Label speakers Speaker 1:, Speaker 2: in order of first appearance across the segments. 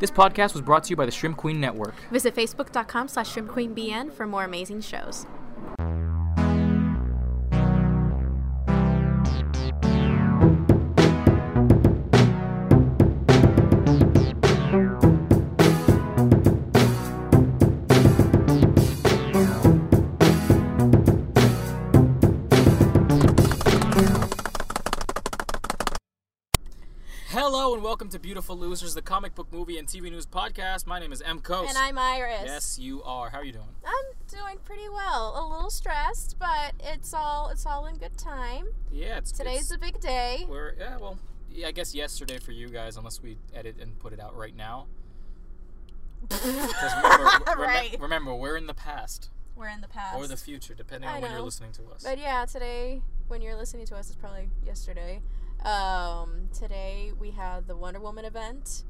Speaker 1: This podcast was brought to you by the Shrimp Queen Network.
Speaker 2: Visit facebook.com slash shrimpqueenbn for more amazing shows.
Speaker 1: Hello and welcome to Beautiful Losers, the comic book movie and TV news podcast. My name is M. Coast.
Speaker 2: And I'm Iris.
Speaker 1: Yes, you are. How are you doing?
Speaker 2: I'm doing pretty well. A little stressed, but it's all it's all in good time.
Speaker 1: Yeah, it's
Speaker 2: Today's
Speaker 1: it's-
Speaker 2: a big day.
Speaker 1: We're yeah, well, yeah, I guess yesterday for you guys, unless we edit and put it out right now. 'Cause remember, remem-
Speaker 2: Right.
Speaker 1: remember, we're in the past
Speaker 2: We're in the past.
Speaker 1: or the future, depending
Speaker 2: I
Speaker 1: on when you're
Speaker 2: know.
Speaker 1: listening to us.
Speaker 2: But yeah, today, when you're listening to us, it's probably yesterday. Um, today we had the Wonder Woman event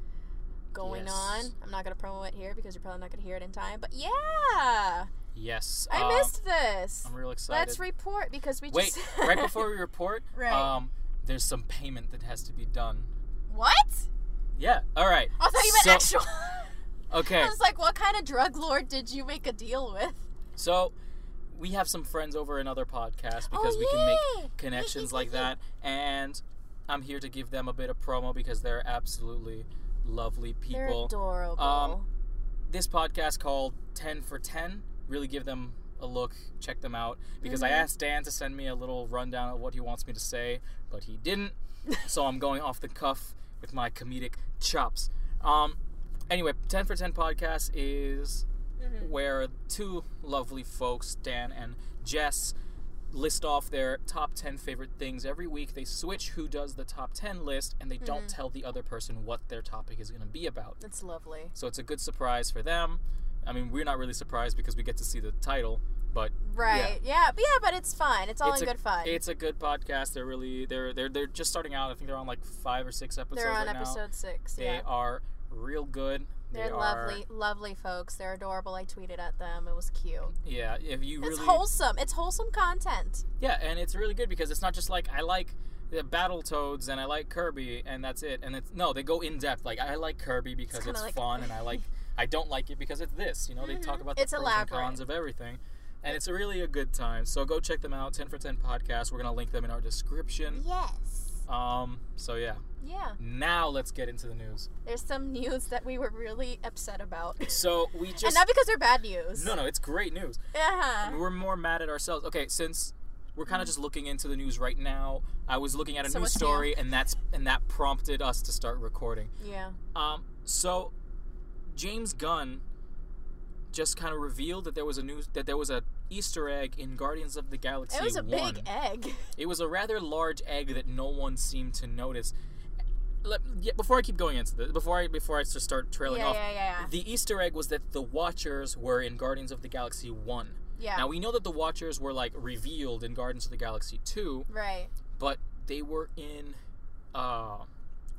Speaker 2: going
Speaker 1: Yes.
Speaker 2: on. I'm not gonna promo it here because you're probably not gonna hear it in time. But yeah,
Speaker 1: yes,
Speaker 2: I
Speaker 1: um,
Speaker 2: missed this.
Speaker 1: I'm real excited.
Speaker 2: Let's report because we
Speaker 1: Wait,
Speaker 2: just
Speaker 1: right before we report,
Speaker 2: Right.
Speaker 1: um, there's some payment that has to be done.
Speaker 2: what?
Speaker 1: Yeah. All right.
Speaker 2: I thought you meant
Speaker 1: So-
Speaker 2: actual.
Speaker 1: Okay.
Speaker 2: I was like, what kind of drug lord did you make a deal with?
Speaker 1: So we have some friends over another podcast
Speaker 2: Oh,
Speaker 1: because we can
Speaker 2: yeah.
Speaker 1: make connections like that. And I'm here to give them a bit of promo because they're absolutely lovely
Speaker 2: They're
Speaker 1: people.
Speaker 2: adorable.
Speaker 1: Um, this podcast called 10 for 10 really give them a look check them out because i asked dan to send me a little rundown of what he wants me to say but he didn't so i'm going off the cuff with my comedic chops um, anyway 10 for 10 podcast is where two lovely folks dan and jess list off their top 10 favorite things every week they switch who does the top 10 list and they don't tell the other person what their topic is going to be about
Speaker 2: it's lovely.
Speaker 1: so it's a good surprise for them. I mean, we're not really surprised because we get to see the title, but
Speaker 2: Right. Yeah. but yeah, but it's fun. It's all
Speaker 1: it's
Speaker 2: in
Speaker 1: a
Speaker 2: good fun.
Speaker 1: It's a good podcast. They're really they're they're they're just starting out. I think they're on like five or six episodes
Speaker 2: They're on
Speaker 1: right now.
Speaker 2: episode six.
Speaker 1: They
Speaker 2: yeah.
Speaker 1: are real good. They
Speaker 2: They're
Speaker 1: are-
Speaker 2: lovely, lovely folks. They're adorable. I tweeted at them. It was cute.
Speaker 1: Yeah, if you really
Speaker 2: It's wholesome. It's wholesome content.
Speaker 1: yeah, and it's really good because it's not just like I like the Battle Toads and I like Kirby and that's it. And it's no, they go in depth. Like I like Kirby because
Speaker 2: kinda
Speaker 1: it's,
Speaker 2: like- Mm-hmm.
Speaker 1: fun, and I like I don't like it because it's this. You know, they talk about the
Speaker 2: It's
Speaker 1: pros
Speaker 2: elaborate.
Speaker 1: and cons of everything, and it's really a good time. So go check them out. Ten for Ten podcast. We're gonna link them in our description.
Speaker 2: Yes.
Speaker 1: Um. So yeah,
Speaker 2: Yeah.
Speaker 1: now let's get into the news.
Speaker 2: There's some news that we were really upset about,
Speaker 1: So we just
Speaker 2: and not because they're bad news.
Speaker 1: no no, it's great news.
Speaker 2: Uh-huh.
Speaker 1: We're more mad at ourselves. Okay, since we're kind of just looking into the news right now, I was looking at a
Speaker 2: Mm. So
Speaker 1: news
Speaker 2: what's new?
Speaker 1: story, and that's and that prompted us to start recording.
Speaker 2: Yeah.
Speaker 1: Um, so James Gunn just kind of revealed that there was a news that there was a Easter egg in Guardians of the Galaxy.
Speaker 2: It was a
Speaker 1: 1.
Speaker 2: big e-, egg.
Speaker 1: It was a rather large egg that no one seemed to notice. Let, yeah, before I keep going into this, before I before I just start trailing
Speaker 2: Yeah,
Speaker 1: off,
Speaker 2: yeah, yeah, yeah.
Speaker 1: the Easter egg was that the Watchers were in Guardians of the Galaxy One.
Speaker 2: Yeah.
Speaker 1: Now we know that the Watchers were like revealed in Guardians of the Galaxy Two,
Speaker 2: right.
Speaker 1: but they were in, uh,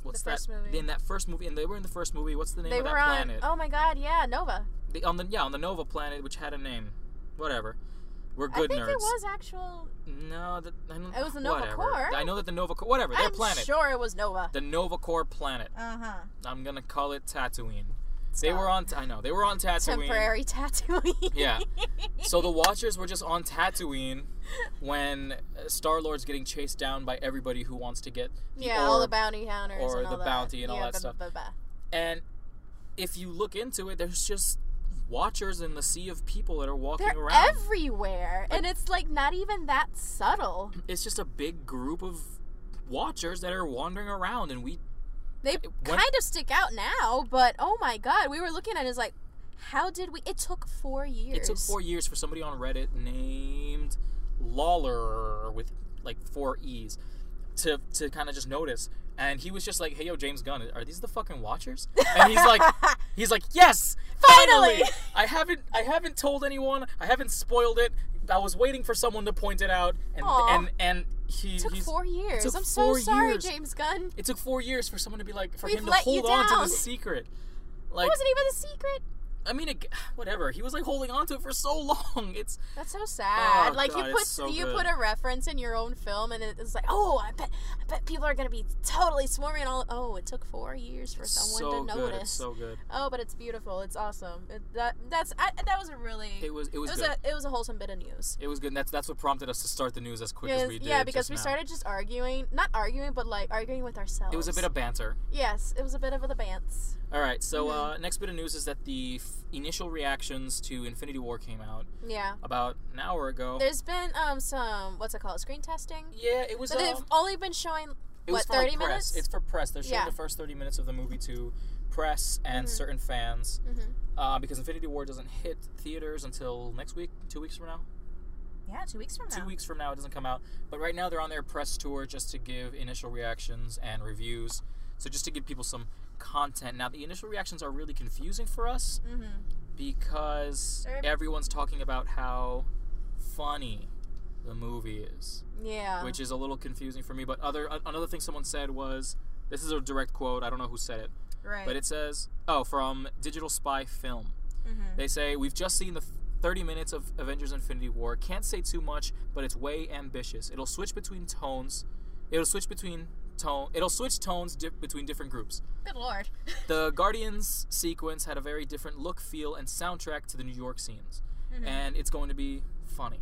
Speaker 1: what's
Speaker 2: first
Speaker 1: that?
Speaker 2: movie.
Speaker 1: In that first movie, and they were in the first movie. What's the name
Speaker 2: They
Speaker 1: of that
Speaker 2: were on.
Speaker 1: planet?
Speaker 2: Oh my God. Yeah. Nova.
Speaker 1: They- on the yeah on the Nova planet, which had a name, whatever. We're good
Speaker 2: I think
Speaker 1: nerds.
Speaker 2: it was actual.
Speaker 1: No, the, I don't,
Speaker 2: It was the Nova
Speaker 1: whatever.
Speaker 2: Corps.
Speaker 1: I know that the Nova Core, whatever their
Speaker 2: I'm
Speaker 1: planet,
Speaker 2: sure it was Nova.
Speaker 1: the Nova Core planet.
Speaker 2: Uh huh.
Speaker 1: I'm gonna call it Tatooine. They were on. I know they were on Tatooine.
Speaker 2: temporary Tatooine.
Speaker 1: Yeah. So the Watchers were just on Tatooine when Star Lord's getting chased down by everybody who wants to get the
Speaker 2: yeah, all the
Speaker 1: orb.
Speaker 2: bounty hunters
Speaker 1: or
Speaker 2: and all
Speaker 1: the
Speaker 2: that.
Speaker 1: bounty and all
Speaker 2: Yeah,
Speaker 1: that
Speaker 2: ba-
Speaker 1: stuff.
Speaker 2: ba- ba-
Speaker 1: and if you look into it, there's just Watchers in the sea of people that are walking
Speaker 2: They're
Speaker 1: around.
Speaker 2: everywhere, and it's like not even that subtle.
Speaker 1: it's just a big group of Watchers that are wandering around, and we
Speaker 2: They
Speaker 1: when-
Speaker 2: kind of stick out now, but oh my god, we were looking at it it's like, how did we? It took four years.
Speaker 1: It took four years for somebody on Reddit named Lawler with like four E's to to kind of just notice. And he was just like, "Hey, yo, James Gunn, are these the fucking Watchers?" And he's like, "He's like, yes, finally!
Speaker 2: Finally!"
Speaker 1: I haven't I haven't told anyone. I haven't spoiled it. I was waiting for someone to point it out, and
Speaker 2: Aw.
Speaker 1: and and he
Speaker 2: It took
Speaker 1: he's-
Speaker 2: four years.
Speaker 1: took
Speaker 2: I'm so
Speaker 1: four
Speaker 2: sorry,
Speaker 1: years.
Speaker 2: James Gunn.
Speaker 1: It took four years for someone to be like for
Speaker 2: We've
Speaker 1: him to
Speaker 2: let you
Speaker 1: hold on to
Speaker 2: down.
Speaker 1: the secret.
Speaker 2: It
Speaker 1: Like
Speaker 2: wasn't even a secret.
Speaker 1: I mean, it, whatever. He was like holding on to it for so long. It's
Speaker 2: That's so
Speaker 1: Oh,
Speaker 2: sad. like
Speaker 1: God,
Speaker 2: you
Speaker 1: it's
Speaker 2: put
Speaker 1: so
Speaker 2: you
Speaker 1: good.
Speaker 2: put a reference in your own film, and it's like, oh, I bet I bet people are gonna be totally swarming all. Oh, it took four years for someone
Speaker 1: so
Speaker 2: to
Speaker 1: good.
Speaker 2: notice.
Speaker 1: It's so good.
Speaker 2: oh, but it's beautiful. It's awesome. It, that that's I, that was a really
Speaker 1: It was. It was, good.
Speaker 2: a it was a wholesome bit of news.
Speaker 1: it was good. And that's that's what prompted us to start the news as quick
Speaker 2: Yes,
Speaker 1: as we did.
Speaker 2: yeah, because
Speaker 1: just
Speaker 2: we
Speaker 1: now.
Speaker 2: started just arguing, not arguing, but like arguing with ourselves.
Speaker 1: It was a bit of banter.
Speaker 2: yes, it was a bit of the bants.
Speaker 1: All right. So
Speaker 2: Mm-hmm.
Speaker 1: uh, next bit of news is that the f- initial reactions to Infinity War came out
Speaker 2: Yeah,
Speaker 1: about an hour ago.
Speaker 2: there's been um some what's it called screen testing,
Speaker 1: yeah, it was.
Speaker 2: but they've
Speaker 1: um,
Speaker 2: only been showing
Speaker 1: It was
Speaker 2: What,
Speaker 1: for like,
Speaker 2: 30
Speaker 1: press.
Speaker 2: minutes?
Speaker 1: It's for press. They're showing
Speaker 2: Yeah.
Speaker 1: the first 30 minutes of the movie to press and
Speaker 2: Mhm.
Speaker 1: certain fans
Speaker 2: Mhm.
Speaker 1: uh, because Infinity War doesn't hit theaters until next week, two weeks from now.
Speaker 2: yeah two weeks from
Speaker 1: Two weeks from now, it doesn't come out. But right now, they're on their press tour just to give initial reactions and reviews. So just to give people some content. Now, the initial reactions are really confusing for us
Speaker 2: Mm-hmm.
Speaker 1: because
Speaker 2: They're-
Speaker 1: everyone's talking about how funny the movie is.
Speaker 2: Yeah.
Speaker 1: which is a little confusing for me. But other a- another thing someone said was this is a direct quote. I don't know who said it,
Speaker 2: right.
Speaker 1: but it says, "Oh, from Digital Spy Film."
Speaker 2: mm-hmm.
Speaker 1: They say we've just seen the. 30 minutes of Avengers Infinity War. Can't say too much, but it's way ambitious. It'll switch between tones. It'll switch between tone. It'll switch tones di- between different groups.
Speaker 2: Good lord.
Speaker 1: The Guardians sequence had a very different look, feel, and soundtrack to the New York scenes.
Speaker 2: Mhm.
Speaker 1: And it's going to be funny.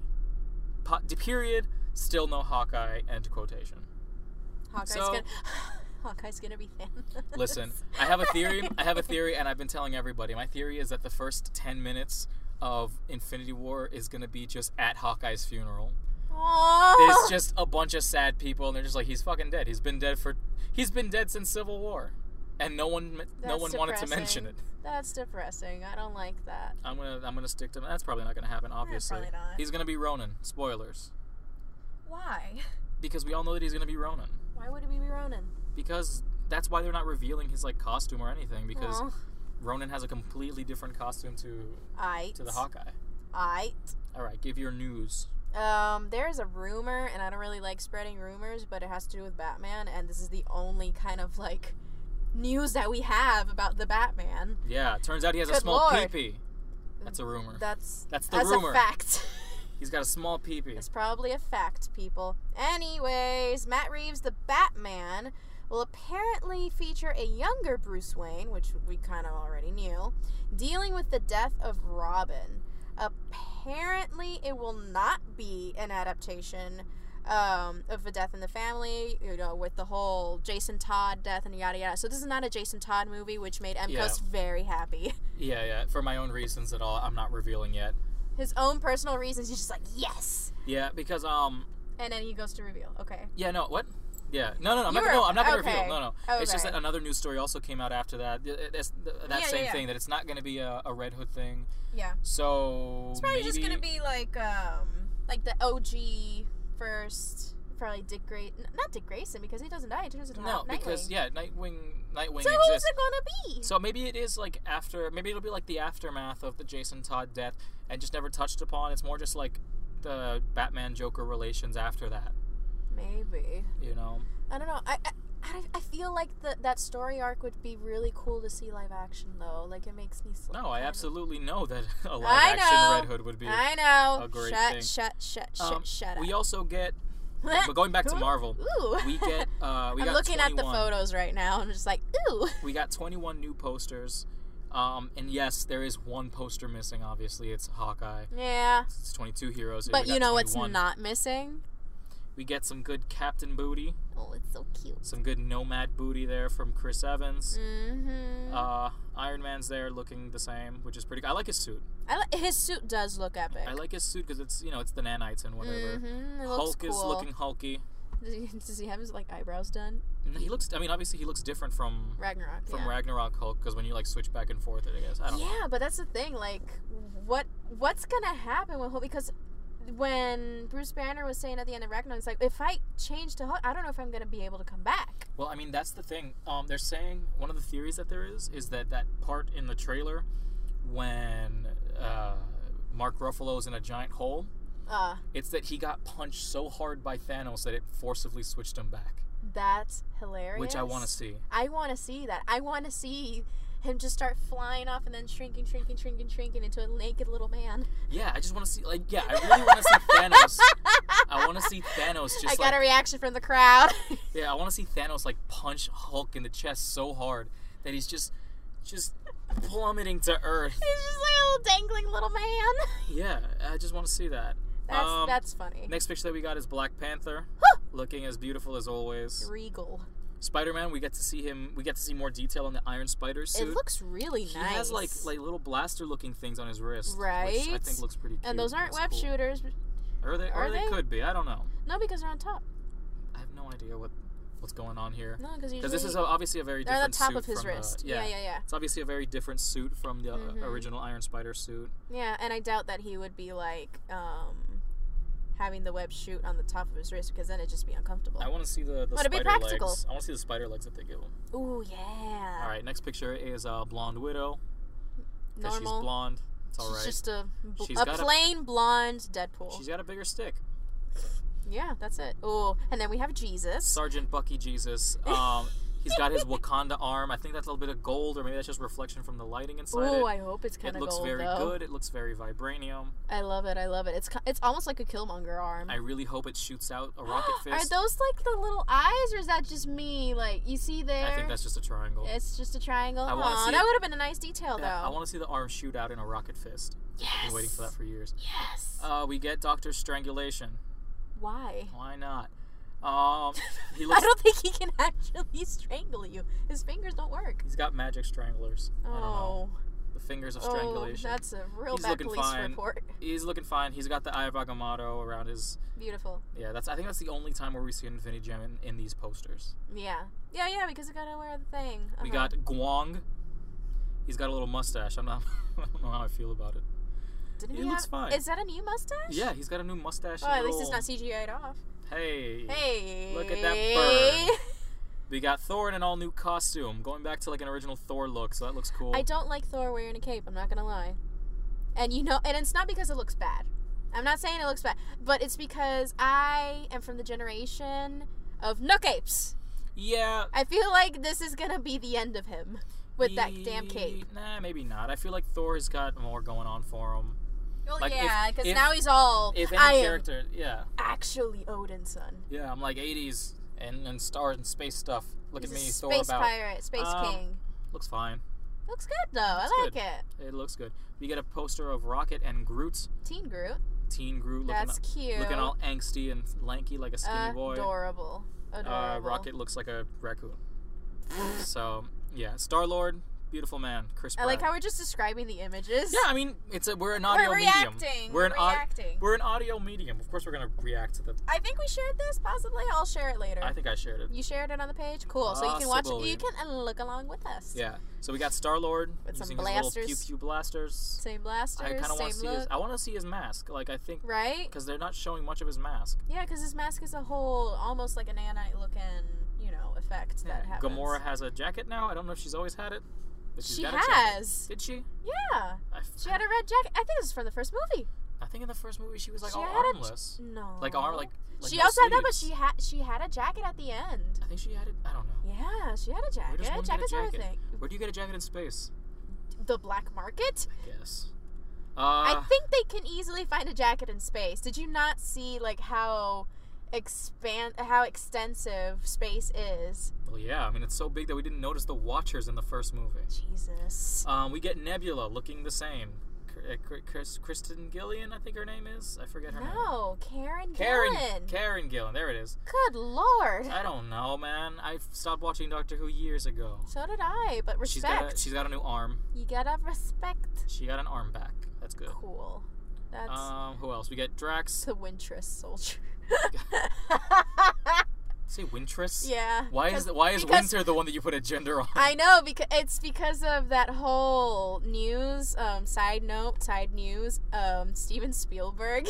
Speaker 1: Po- period. Still no Hawkeye. End quotation.
Speaker 2: Hawkeye's
Speaker 1: So-
Speaker 2: gonna Hawkeye's gonna be Thanos.
Speaker 1: Listen, I have a theory. I have a theory, and I've been telling everybody. My theory is that the first ten minutes of Infinity War is gonna be just at Hawkeye's funeral.
Speaker 2: Aww.
Speaker 1: There's just a bunch of sad people, and they're just like, "He's fucking dead. He's been dead for. He's been dead since Civil War, and no one, no
Speaker 2: That's
Speaker 1: one wanted to
Speaker 2: depressing.
Speaker 1: mention it.
Speaker 2: That's depressing. I don't like that.
Speaker 1: I'm gonna, I'm gonna stick to. That's probably not gonna happen. Obviously,
Speaker 2: probably not.
Speaker 1: he's gonna be Ronan. Spoilers,
Speaker 2: Why?
Speaker 1: because we all know that he's gonna be Ronan.
Speaker 2: Why would it be Ronan?
Speaker 1: Because that's why they're not revealing his like costume or anything. Because
Speaker 2: Aw.
Speaker 1: Ronan has a completely different costume to
Speaker 2: Aight.
Speaker 1: to the Hawkeye.
Speaker 2: Aight.
Speaker 1: All right, give your news.
Speaker 2: Um, there is a rumor, and I don't really like spreading rumors, but it has to do with Batman, and this is the only kind of like news that we have about the Batman.
Speaker 1: Yeah, it turns out he has a
Speaker 2: Good
Speaker 1: small
Speaker 2: lord.
Speaker 1: peepee. That's a rumor.
Speaker 2: That's
Speaker 1: That's the
Speaker 2: that's
Speaker 1: rumor.
Speaker 2: a fact.
Speaker 1: He's got a small peepee.
Speaker 2: It's probably a fact, people. Anyways, Matt Reeves, the Batman, will apparently feature a younger Bruce Wayne, which we kind of already knew, dealing with the death of Robin. Apparently, it will not be an adaptation um, of a death in the family, you know, with the whole Jason Todd death and yada yada. So, this is not a Jason Todd movie, which made MCOS very happy.
Speaker 1: Yeah, yeah. For my own reasons at all, I'm not revealing yet.
Speaker 2: His own personal reasons, he's just like, yes!
Speaker 1: Yeah, because um,
Speaker 2: And then he goes to reveal. Okay.
Speaker 1: yeah, no, what? Yeah, no, no, no. I'm
Speaker 2: You
Speaker 1: not, gonna-
Speaker 2: were-
Speaker 1: no, I'm not gonna
Speaker 2: okay.
Speaker 1: reveal. No, no. It's just
Speaker 2: Okay.
Speaker 1: that another news story also came out after that. Th- th- That's th- that
Speaker 2: Yeah,
Speaker 1: same
Speaker 2: yeah,
Speaker 1: thing. That it's not gonna be a, a Red Hood thing.
Speaker 2: Yeah.
Speaker 1: So
Speaker 2: It's probably just
Speaker 1: maybe-
Speaker 2: gonna be like um like the OG first, probably Dick Grayson. Not Dick Grayson because he doesn't die. He turns into
Speaker 1: no,
Speaker 2: Nightwing.
Speaker 1: because yeah, Nightwing, Nightwing
Speaker 2: so who's
Speaker 1: exists.
Speaker 2: it gonna be?
Speaker 1: So maybe it is like after, maybe it'll be like the aftermath of the Jason Todd death and just never touched upon. It's more just like the Batman Joker relations after that,
Speaker 2: Maybe
Speaker 1: you know?
Speaker 2: I don't know. I. I I, I feel like the, that story arc would be really cool to see live action though. Like it makes me. sl-
Speaker 1: No, I
Speaker 2: kind of-
Speaker 1: absolutely know that a live
Speaker 2: I
Speaker 1: action
Speaker 2: know.
Speaker 1: Red Hood would be.
Speaker 2: I know.
Speaker 1: a great
Speaker 2: shut,
Speaker 1: thing.
Speaker 2: shut, shut, shut,
Speaker 1: Um,
Speaker 2: shut up.
Speaker 1: We also get, but going back to
Speaker 2: Ooh.
Speaker 1: Marvel,
Speaker 2: Ooh.
Speaker 1: we get, uh, we
Speaker 2: I'm
Speaker 1: got
Speaker 2: looking
Speaker 1: 21,
Speaker 2: at the photos right now. I'm just like, ooh.
Speaker 1: We got 21 new posters. Um, and yes, there is one poster missing, obviously. It's Hawkeye.
Speaker 2: Yeah.
Speaker 1: It's 22 heroes. and
Speaker 2: But
Speaker 1: we
Speaker 2: you
Speaker 1: got
Speaker 2: know what's
Speaker 1: 21.
Speaker 2: not missing?
Speaker 1: We get some good Captain Booty,
Speaker 2: Oh, it's so cute.
Speaker 1: some good Nomad Booty there from Chris Evans.
Speaker 2: Mm-hmm.
Speaker 1: Uh, Iron Man's there looking the same, which is pretty. I like his suit.
Speaker 2: I li- his suit does look epic.
Speaker 1: I like his suit because it's you know it's the nanites and whatever.
Speaker 2: Mm-hmm. It looks
Speaker 1: Hulk
Speaker 2: cool.
Speaker 1: is looking hulky.
Speaker 2: Does he, does he have his like eyebrows done?
Speaker 1: And He looks. I mean, obviously he looks different from
Speaker 2: Ragnarok.
Speaker 1: from
Speaker 2: yeah.
Speaker 1: Ragnarok Hulk because when you like switch back and forth, I guess I don't know.
Speaker 2: yeah, but that's the thing. Like, what what's gonna happen with Hulk? Because when Bruce Banner was saying at the end of Ragnarok, it's like if I change to Hulk, I don't know if I'm gonna be able to come back.
Speaker 1: Well, I mean that's the thing. Um, they're saying one of the theories that there is is that that part in the trailer when uh, Mark Ruffalo's in a giant hole,
Speaker 2: Uh,
Speaker 1: it's that he got punched so hard by Thanos that it forcibly switched him back,
Speaker 2: that's hilarious.
Speaker 1: which I want to see.
Speaker 2: I want to see that. I want to see him just start flying off and then shrinking, shrinking, shrinking, shrinking into a naked little man.
Speaker 1: Yeah, I just want to see. Like, yeah, I really want to see Thanos. I want to see Thanos
Speaker 2: I
Speaker 1: just
Speaker 2: got
Speaker 1: like
Speaker 2: a reaction from the crowd.
Speaker 1: yeah, I want to see Thanos like punch Hulk in the chest so hard that he's just just plummeting to earth.
Speaker 2: He's just like a little dangling little man.
Speaker 1: Yeah, I just want to see that.
Speaker 2: That's
Speaker 1: Um,
Speaker 2: that's funny.
Speaker 1: Next picture that we got is Black Panther, looking as beautiful as always.
Speaker 2: Regal.
Speaker 1: Spider Man, we get to see him. We get to see more detail on the Iron Spider suit.
Speaker 2: It looks really
Speaker 1: he
Speaker 2: nice.
Speaker 1: has like like little blaster looking things on his wrist, Which I
Speaker 2: Right?
Speaker 1: think looks pretty. Cute.
Speaker 2: and those aren't
Speaker 1: That's
Speaker 2: web
Speaker 1: cool.
Speaker 2: shooters.
Speaker 1: or they, or
Speaker 2: Are
Speaker 1: they
Speaker 2: they?
Speaker 1: could be. I don't know.
Speaker 2: No, because they're on top.
Speaker 1: I have no idea what what's going on here.
Speaker 2: No, because
Speaker 1: Because this is a, obviously a very
Speaker 2: they're
Speaker 1: different
Speaker 2: on the top
Speaker 1: suit
Speaker 2: of his
Speaker 1: from uh, the-
Speaker 2: wrist. yeah, yeah, yeah.
Speaker 1: It's obviously a very different suit from the uh,
Speaker 2: Mhm.
Speaker 1: original Iron Spider suit.
Speaker 2: Yeah, and I doubt that he would be like um, having the web shoot on the top of his wrist because then it'd just be uncomfortable.
Speaker 1: I want to see the, the
Speaker 2: Would it be
Speaker 1: spider
Speaker 2: practical?
Speaker 1: legs. I want to see the spider legs that they give him.
Speaker 2: Ooh yeah.
Speaker 1: All right, next picture is uh, Blonde Widow. 'cause
Speaker 2: Normal.
Speaker 1: She's blonde. It's all
Speaker 2: She's
Speaker 1: right.
Speaker 2: just a bl-
Speaker 1: She's
Speaker 2: a
Speaker 1: got a-
Speaker 2: plain blonde Deadpool.
Speaker 1: She's got a bigger stick.
Speaker 2: Yeah, that's it. Oh, and then we have Jesus.
Speaker 1: Sergeant Bucky Jesus. Um, he's got his Wakanda arm. I think that's a little bit of gold, or maybe that's just reflection from the lighting inside
Speaker 2: Ooh,
Speaker 1: it.
Speaker 2: I hope it's kind
Speaker 1: It
Speaker 2: of
Speaker 1: looks
Speaker 2: gold
Speaker 1: very
Speaker 2: though.
Speaker 1: good. It looks very vibranium.
Speaker 2: I love it. I love it. It's ki- it's almost like a Killmonger arm.
Speaker 1: I really hope it shoots out a rocket
Speaker 2: Are
Speaker 1: fist.
Speaker 2: those like the little eyes, or is that just me? Like you see there?
Speaker 1: I think that's just a triangle.
Speaker 2: It's just a triangle.
Speaker 1: I wanna
Speaker 2: Aw,
Speaker 1: see
Speaker 2: that
Speaker 1: it.
Speaker 2: would have been a nice detail,
Speaker 1: Yeah, I
Speaker 2: though.
Speaker 1: want to see the arm shoot out in a rocket fist.
Speaker 2: yes.
Speaker 1: Been waiting for that for years.
Speaker 2: Yes.
Speaker 1: Uh, we get Doctor Strangulation.
Speaker 2: Why?
Speaker 1: Why not? Um, he
Speaker 2: I
Speaker 1: looks.
Speaker 2: don't think he can actually strangle you. His fingers don't work.
Speaker 1: He's got magic stranglers. I don't know.
Speaker 2: Oh,
Speaker 1: The fingers of
Speaker 2: oh,
Speaker 1: strangulation.
Speaker 2: that's a real
Speaker 1: He's
Speaker 2: bad
Speaker 1: looking
Speaker 2: police
Speaker 1: fine.
Speaker 2: report.
Speaker 1: He's looking fine. He's got the eye of Agamotto around his.
Speaker 2: Beautiful.
Speaker 1: Yeah, that's. I think that's the only time where we see an Infinity Gem in, in these posters.
Speaker 2: Yeah, yeah, yeah. Because I gotta wear the thing.
Speaker 1: We
Speaker 2: Uh-huh.
Speaker 1: got Guang. He's got a little mustache. I'm not. I don't know how I feel about it.
Speaker 2: Didn't
Speaker 1: He
Speaker 2: we
Speaker 1: looks
Speaker 2: have-
Speaker 1: fine.
Speaker 2: Is that a new mustache?
Speaker 1: Yeah, he's got a new mustache.
Speaker 2: Oh,
Speaker 1: and
Speaker 2: at least it's
Speaker 1: little-
Speaker 2: not CGI'd off.
Speaker 1: Hey.
Speaker 2: Hey.
Speaker 1: Look at that bird. We got Thor in an all new costume, going back to like an original Thor look. So that looks cool.
Speaker 2: I don't like Thor wearing a cape. I'm not gonna lie. And you know, and it's not because it looks bad. I'm not saying it looks bad, but it's because I am from the generation of no capes.
Speaker 1: yeah.
Speaker 2: I feel like this is gonna be the end of him with that damn
Speaker 1: Ye-
Speaker 2: cape.
Speaker 1: Nah, maybe not. I feel like Thor's got more going on for him.
Speaker 2: Well,
Speaker 1: Like, if-
Speaker 2: yeah, because
Speaker 1: if-
Speaker 2: now he's all.
Speaker 1: If any
Speaker 2: I am
Speaker 1: character, yeah,
Speaker 2: actually Odin's son.
Speaker 1: yeah, I'm like 80s and and stars and space stuff. Look
Speaker 2: he's
Speaker 1: at me,
Speaker 2: a
Speaker 1: Thor
Speaker 2: space
Speaker 1: about.
Speaker 2: pirate, space
Speaker 1: Um,
Speaker 2: king.
Speaker 1: Looks fine.
Speaker 2: Looks good though. I
Speaker 1: looks
Speaker 2: like
Speaker 1: good.
Speaker 2: it.
Speaker 1: It looks good. We get a poster of Rocket and Groot,
Speaker 2: Teen Groot.
Speaker 1: Teen Groot, looking
Speaker 2: That's cute.
Speaker 1: looking all angsty and lanky like a skinny boy.
Speaker 2: Adorable. Adorable.
Speaker 1: Uh, Rocket looks like a raccoon. so yeah, Star Lord, beautiful man, Chris.
Speaker 2: I like
Speaker 1: Pratt.
Speaker 2: how we're just describing the images.
Speaker 1: Yeah, I mean, it's a, we're an audio
Speaker 2: we're
Speaker 1: medium.
Speaker 2: reacting.
Speaker 1: We're an au-
Speaker 2: reacting.
Speaker 1: we're an audio medium. Of course, we're gonna react to the.
Speaker 2: I think we shared this. Possibly, I'll share it later.
Speaker 1: I think I shared it.
Speaker 2: you shared it on the page. Cool. So you can watch.
Speaker 1: Possibly.
Speaker 2: You can uh, look along with us.
Speaker 1: Yeah. So we got Star Lord
Speaker 2: With
Speaker 1: using
Speaker 2: some
Speaker 1: his little pew
Speaker 2: blasters.
Speaker 1: pew blasters.
Speaker 2: Same blasters.
Speaker 1: I kind of
Speaker 2: same
Speaker 1: want to see
Speaker 2: look.
Speaker 1: his. I want to see his mask. Like I think
Speaker 2: right?
Speaker 1: because they're not showing much of his mask.
Speaker 2: Yeah, because his mask is a whole, almost like a nanite looking, you know, effect that
Speaker 1: Yeah.
Speaker 2: happens.
Speaker 1: Gamora has a jacket now. I don't know if she's always had it. But she's
Speaker 2: She
Speaker 1: got A jacket.
Speaker 2: has.
Speaker 1: Did she?
Speaker 2: Yeah.
Speaker 1: I, f-
Speaker 2: She had a red jacket. I think this is from the first movie.
Speaker 1: I think in the first movie she was like
Speaker 2: She
Speaker 1: all
Speaker 2: had a j-
Speaker 1: armless.
Speaker 2: No.
Speaker 1: like arm like. like
Speaker 2: she
Speaker 1: no
Speaker 2: also had that, but she
Speaker 1: sleeves.
Speaker 2: had she had a jacket at the end.
Speaker 1: I think she had it. I don't know.
Speaker 2: Yeah, she had a jacket.
Speaker 1: one get a
Speaker 2: Jackets are
Speaker 1: jacket?
Speaker 2: everything.
Speaker 1: Where do you get a jacket in space?
Speaker 2: The black market.
Speaker 1: I guess. Uh,
Speaker 2: I think they can easily find a jacket in space. Did you not see like how expand how extensive space is?
Speaker 1: Well, yeah. I mean, it's so big that we didn't notice the Watchers in the first movie.
Speaker 2: Jesus.
Speaker 1: Um, we get Nebula looking the same. Cr- uh, Cr- Chris, Kristen Gillian, I think her name is. I forget her name.
Speaker 2: No, Karen
Speaker 1: Karen.
Speaker 2: Gillan.
Speaker 1: Karen Gillan. There it is.
Speaker 2: Good lord.
Speaker 1: I don't know, man. I stopped watching Doctor Who years ago.
Speaker 2: so did I, but
Speaker 1: She's got a,
Speaker 2: respect.
Speaker 1: she's got a new arm.
Speaker 2: you gotta respect.
Speaker 1: She got an arm back. That's good.
Speaker 2: Cool. That's
Speaker 1: Um, who else? We get Drax.
Speaker 2: the Wintress soldier.
Speaker 1: Say Wintress.
Speaker 2: yeah.
Speaker 1: Why is
Speaker 2: 'cause-
Speaker 1: the, why is
Speaker 2: because-
Speaker 1: Winter the one that you put a gender on?
Speaker 2: I know because it's because of that whole news. Um, side note, side news. Um, Steven Spielberg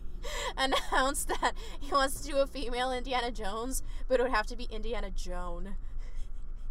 Speaker 2: announced that he wants to do a female Indiana Jones, but it would have to be Indiana Joan.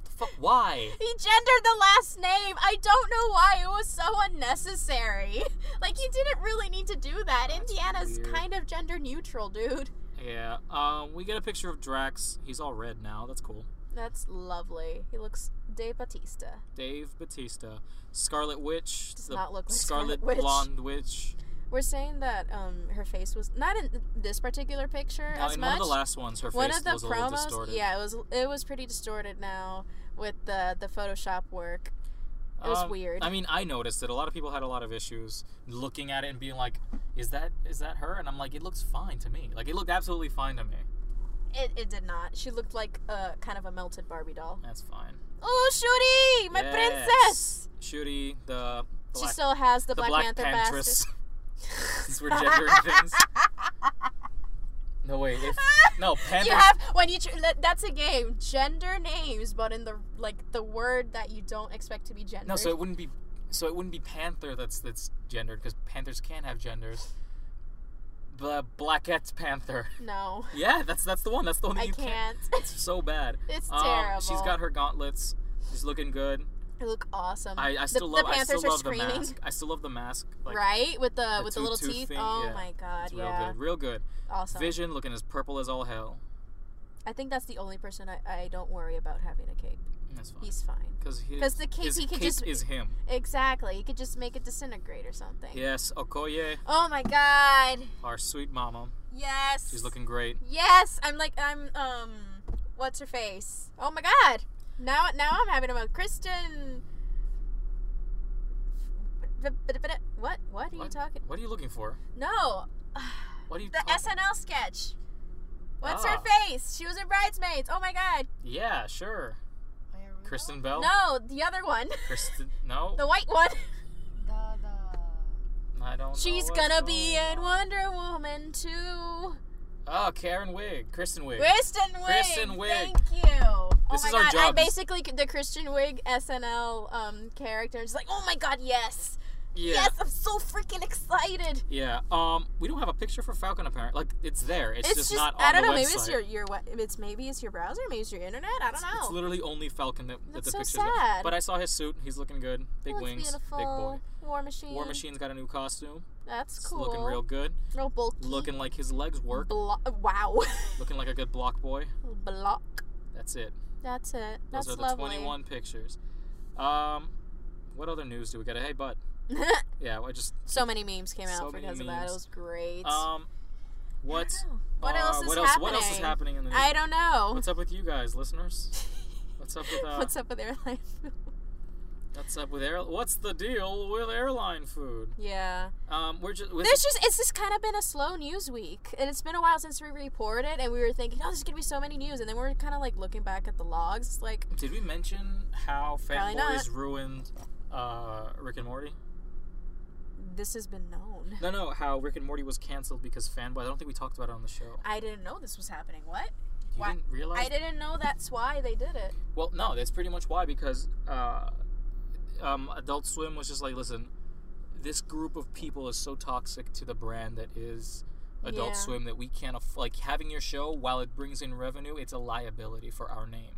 Speaker 1: Fuck, why?
Speaker 2: He gendered the last name. I don't know why it was so unnecessary. Like you didn't really need to do that.
Speaker 1: That's
Speaker 2: Indiana's
Speaker 1: weird.
Speaker 2: kind of gender neutral, dude.
Speaker 1: Yeah. Um, we get a picture of Drax. He's all red now. That's cool.
Speaker 2: That's lovely. He looks De Batista.
Speaker 1: Dave Batista, Scarlet Witch,
Speaker 2: Does
Speaker 1: the
Speaker 2: not look like
Speaker 1: Scarlet,
Speaker 2: Scarlet Witch.
Speaker 1: Blonde Witch.
Speaker 2: We're saying that um, her face was not in this particular picture
Speaker 1: Uh,
Speaker 2: as
Speaker 1: in
Speaker 2: much.
Speaker 1: one of the last ones, her
Speaker 2: One
Speaker 1: face
Speaker 2: of the
Speaker 1: was a little
Speaker 2: promos,
Speaker 1: distorted.
Speaker 2: yeah, it was it was pretty distorted now with the the Photoshop work. It was
Speaker 1: Um,
Speaker 2: weird.
Speaker 1: I mean, I noticed that a lot of people had a lot of issues looking at it and being like, "Is that is that her?" And I'm like, "It looks fine to me. Like, it looked absolutely fine to me.
Speaker 2: It, it did not. She looked like a kind of a melted Barbie doll.
Speaker 1: That's fine."
Speaker 2: Oh, Shuri, my
Speaker 1: Yes.
Speaker 2: princess.
Speaker 1: Shuri, the
Speaker 2: she
Speaker 1: black,
Speaker 2: still has
Speaker 1: the
Speaker 2: the, Black,
Speaker 1: black
Speaker 2: Panther
Speaker 1: Pantress.
Speaker 2: bastard.
Speaker 1: Since we're gendering things. No wait, if no Panther.
Speaker 2: You have when you tr- that- that's a game gender names, but in the like the word that you don't expect to be gendered.
Speaker 1: no, so it wouldn't be. So it wouldn't be Panther that's that's gendered because panthers can have genders. The Blackette Panther.
Speaker 2: No,
Speaker 1: Yeah, that's that's the one. That's the one that
Speaker 2: I
Speaker 1: you can't.
Speaker 2: can't.
Speaker 1: It's so bad.
Speaker 2: it's
Speaker 1: Um,
Speaker 2: terrible.
Speaker 1: She's got her gauntlets. She's looking good.
Speaker 2: They look awesome.
Speaker 1: I, I
Speaker 2: The-
Speaker 1: still
Speaker 2: the
Speaker 1: love. I
Speaker 2: Panthers
Speaker 1: still
Speaker 2: are
Speaker 1: love the
Speaker 2: screaming.
Speaker 1: mask. I still love the mask. Like,
Speaker 2: right with the,
Speaker 1: the
Speaker 2: with
Speaker 1: two
Speaker 2: the little
Speaker 1: tooth
Speaker 2: teeth.
Speaker 1: thing,
Speaker 2: oh
Speaker 1: yeah.
Speaker 2: my god,
Speaker 1: It's real
Speaker 2: yeah,
Speaker 1: good. Real good.
Speaker 2: awesome.
Speaker 1: Vision looking as purple as all hell.
Speaker 2: I think that's the only person I, I don't worry about having a cape.
Speaker 1: That's fine.
Speaker 2: He's fine.
Speaker 1: Because
Speaker 2: Because the cape
Speaker 1: his
Speaker 2: he could
Speaker 1: cape
Speaker 2: just
Speaker 1: is him.
Speaker 2: exactly he could just make it disintegrate or something.
Speaker 1: Yes, Okoye,
Speaker 2: Oh my god.
Speaker 1: our sweet mama.
Speaker 2: Yes.
Speaker 1: She's looking great.
Speaker 2: Yes, I'm like I'm um what's her face? Oh my god. Now now I'm having a moment. Kristen What what are you
Speaker 1: What?
Speaker 2: talking?
Speaker 1: What are you looking for?
Speaker 2: No.
Speaker 1: What are you?
Speaker 2: The
Speaker 1: talking-
Speaker 2: SNL sketch. What's
Speaker 1: Oh. Ah.
Speaker 2: her face? She was in Bridesmaids. Oh my god.
Speaker 1: Yeah, sure. Kristen Bell.
Speaker 2: No, the other one.
Speaker 1: Kristen. No.
Speaker 2: The white one.
Speaker 3: The, the...
Speaker 1: I don't. know
Speaker 2: She's
Speaker 1: what's
Speaker 2: gonna be
Speaker 1: going
Speaker 2: in
Speaker 1: on.
Speaker 2: Wonder Woman too.
Speaker 1: Oh, Karen Wig. Kristen Wig.
Speaker 2: Kristen Wiig.
Speaker 1: Kristen Wiig.
Speaker 2: Thank you.
Speaker 1: This
Speaker 2: oh my
Speaker 1: is our
Speaker 2: god,
Speaker 1: job.
Speaker 2: I'm basically the Christian Wiig SNL um, character. Just like, oh my god, yes,
Speaker 1: Yeah.
Speaker 2: yes, I'm so freaking excited.
Speaker 1: Yeah. Um, we don't have a picture for Falcon apparently. Like it's there. It's,
Speaker 2: It's,
Speaker 1: just,
Speaker 2: just,
Speaker 1: not on
Speaker 2: I don't
Speaker 1: the
Speaker 2: know.
Speaker 1: website.
Speaker 2: Maybe it's your your we- it's maybe it's your browser, maybe it's your internet. I don't
Speaker 1: It's-
Speaker 2: know.
Speaker 1: It's literally only Falcon that, that
Speaker 2: That's
Speaker 1: the
Speaker 2: so
Speaker 1: picture's of.
Speaker 2: sad.
Speaker 1: But I saw his suit. He's looking good. Big
Speaker 2: It looks
Speaker 1: wings.
Speaker 2: beautiful.
Speaker 1: Big boy.
Speaker 2: War machine.
Speaker 1: War Machine's got a new costume.
Speaker 2: That's
Speaker 1: It's
Speaker 2: cool.
Speaker 1: looking real good.
Speaker 2: Real bulky.
Speaker 1: Looking like his legs work.
Speaker 2: Blo- wow.
Speaker 1: Looking like a good block boy.
Speaker 2: Block.
Speaker 1: That's it.
Speaker 2: That's it.
Speaker 1: Those
Speaker 2: That's
Speaker 1: are the
Speaker 2: lovely.
Speaker 1: 21 pictures. Um, what other news do we got? Hey, but yeah, I just
Speaker 2: so many memes came out
Speaker 1: So many
Speaker 2: because of that.
Speaker 1: memes.
Speaker 2: It was great.
Speaker 1: um, what?
Speaker 2: I don't know. What
Speaker 1: uh,
Speaker 2: else is
Speaker 1: what
Speaker 2: happening?
Speaker 1: What else is happening in the news?
Speaker 2: I don't know.
Speaker 1: What's up with you guys, listeners? What's up with uh,
Speaker 2: What's up with airline food?
Speaker 1: What's up with air? What's the deal with airline food?
Speaker 2: Yeah.
Speaker 1: Um, we're just with
Speaker 2: There's just, it's just kind of been a slow news week. And it's been a while since we reported, and we were thinking, oh, there's going to be so many news. And then we're kind of like looking back at the logs. It's like,
Speaker 1: Did we mention how
Speaker 2: Probably
Speaker 1: fanboys ruined uh, Rick and Morty?
Speaker 2: this has been known.
Speaker 1: No, no, how Rick and Morty was canceled because fanboys. I don't think we talked about it on the show.
Speaker 2: I didn't know this was happening. What?
Speaker 1: You
Speaker 2: Why-
Speaker 1: didn't realize?
Speaker 2: I didn't know that's why they did it.
Speaker 1: Well, no, that's pretty much why because uh, um, Adult Swim was just like, listen, this group of people is so toxic to the brand that is Adult
Speaker 2: Yeah.
Speaker 1: Swim that we can't aff- like having your show while it brings in revenue, it's a liability for our name.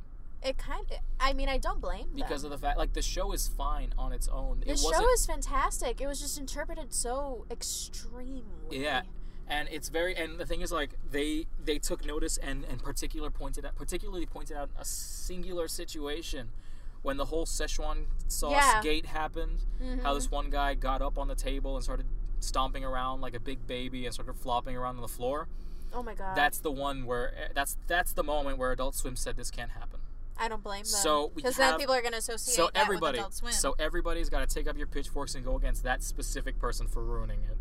Speaker 2: It kind of, I mean, I don't blame them.
Speaker 1: because of the fact like the show is fine on its own
Speaker 2: the
Speaker 1: it
Speaker 2: show
Speaker 1: wasn't
Speaker 2: is fantastic. It was just interpreted so extremely.
Speaker 1: Yeah. and it's very and the thing is like they they took notice and and particular pointed out particularly pointed out a singular situation when the whole Szechuan sauce
Speaker 2: Yeah. Mm-hmm.
Speaker 1: gate happened how this one guy got up on the table and started stomping around like a big baby and started flopping around on the floor
Speaker 2: Oh my god.
Speaker 1: that's the one where eh, that's that's the moment where adult swim said this can't happen
Speaker 2: I don't blame them.
Speaker 1: So we
Speaker 2: because
Speaker 1: have-
Speaker 2: then people are going to associate
Speaker 1: so
Speaker 2: that
Speaker 1: everybody
Speaker 2: with Adult Swim.
Speaker 1: so everybody's got to take up your pitchforks and go against that specific person for ruining it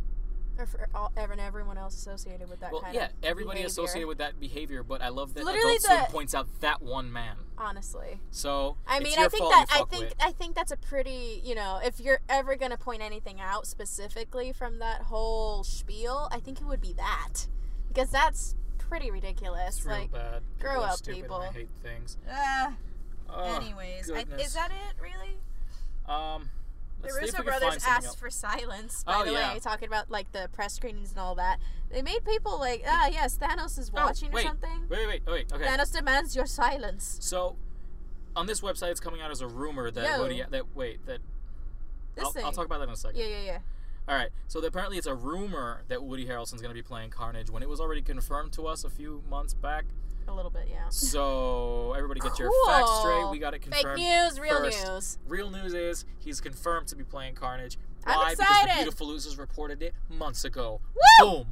Speaker 2: or for all, ev- and everyone else associated with that
Speaker 1: Well,
Speaker 2: kind
Speaker 1: yeah,
Speaker 2: of
Speaker 1: everybody
Speaker 2: behavior.
Speaker 1: associated with that behavior, but I love that
Speaker 2: Literally
Speaker 1: Adult Swim
Speaker 2: the-
Speaker 1: points out that one man.
Speaker 2: honestly
Speaker 1: So
Speaker 2: i
Speaker 1: it's
Speaker 2: mean
Speaker 1: your
Speaker 2: i think
Speaker 1: fault
Speaker 2: that
Speaker 1: you
Speaker 2: i
Speaker 1: fuckwit.
Speaker 2: think i think that's a pretty you know if you're ever going to point anything out specifically from that whole spiel i think it would be that because that's pretty ridiculous
Speaker 1: it's real
Speaker 2: like eh,
Speaker 1: bad. People
Speaker 2: grow
Speaker 1: are
Speaker 2: up,
Speaker 1: stupid and I
Speaker 2: people.
Speaker 1: hate things.
Speaker 3: Uh,
Speaker 1: Ugh.
Speaker 3: anyways, I,
Speaker 1: Oh, goodness.
Speaker 3: is that it, really?
Speaker 1: um, let's
Speaker 2: the
Speaker 1: see if we
Speaker 2: Russo
Speaker 1: can
Speaker 2: brothers
Speaker 1: find something
Speaker 2: asked
Speaker 1: else.
Speaker 2: for silence. By
Speaker 1: Oh,
Speaker 2: the
Speaker 1: yeah.
Speaker 2: way, talking about like the press screenings and all that, they made people like, ah, yes, Thanos is
Speaker 1: Oh,
Speaker 2: watching or
Speaker 1: wait,
Speaker 2: something.
Speaker 1: Wait, wait, wait. Okay.
Speaker 2: Thanos demands your silence.
Speaker 1: So, on this website, it's coming out as a rumor that
Speaker 2: Yo.
Speaker 1: Woody. That wait, that
Speaker 2: This
Speaker 1: I'll,
Speaker 2: thing.
Speaker 1: I'll talk about that in a second.
Speaker 2: yeah, yeah, yeah.
Speaker 1: All right. So apparently, it's a rumor that Woody Harrelson's going to be playing Carnage when it was already confirmed to us a few months back.
Speaker 2: A little bit, yeah.
Speaker 1: So everybody get your facts
Speaker 2: Cool.
Speaker 1: straight. We got it
Speaker 2: Fake
Speaker 1: confirmed.
Speaker 2: news, real
Speaker 1: first.
Speaker 2: news.
Speaker 1: Real news is he's confirmed to be playing Carnage.
Speaker 2: I'm
Speaker 1: Why? Because
Speaker 2: excited.
Speaker 1: the Beautiful Losers reported it months ago.
Speaker 2: Woo!
Speaker 1: Boom.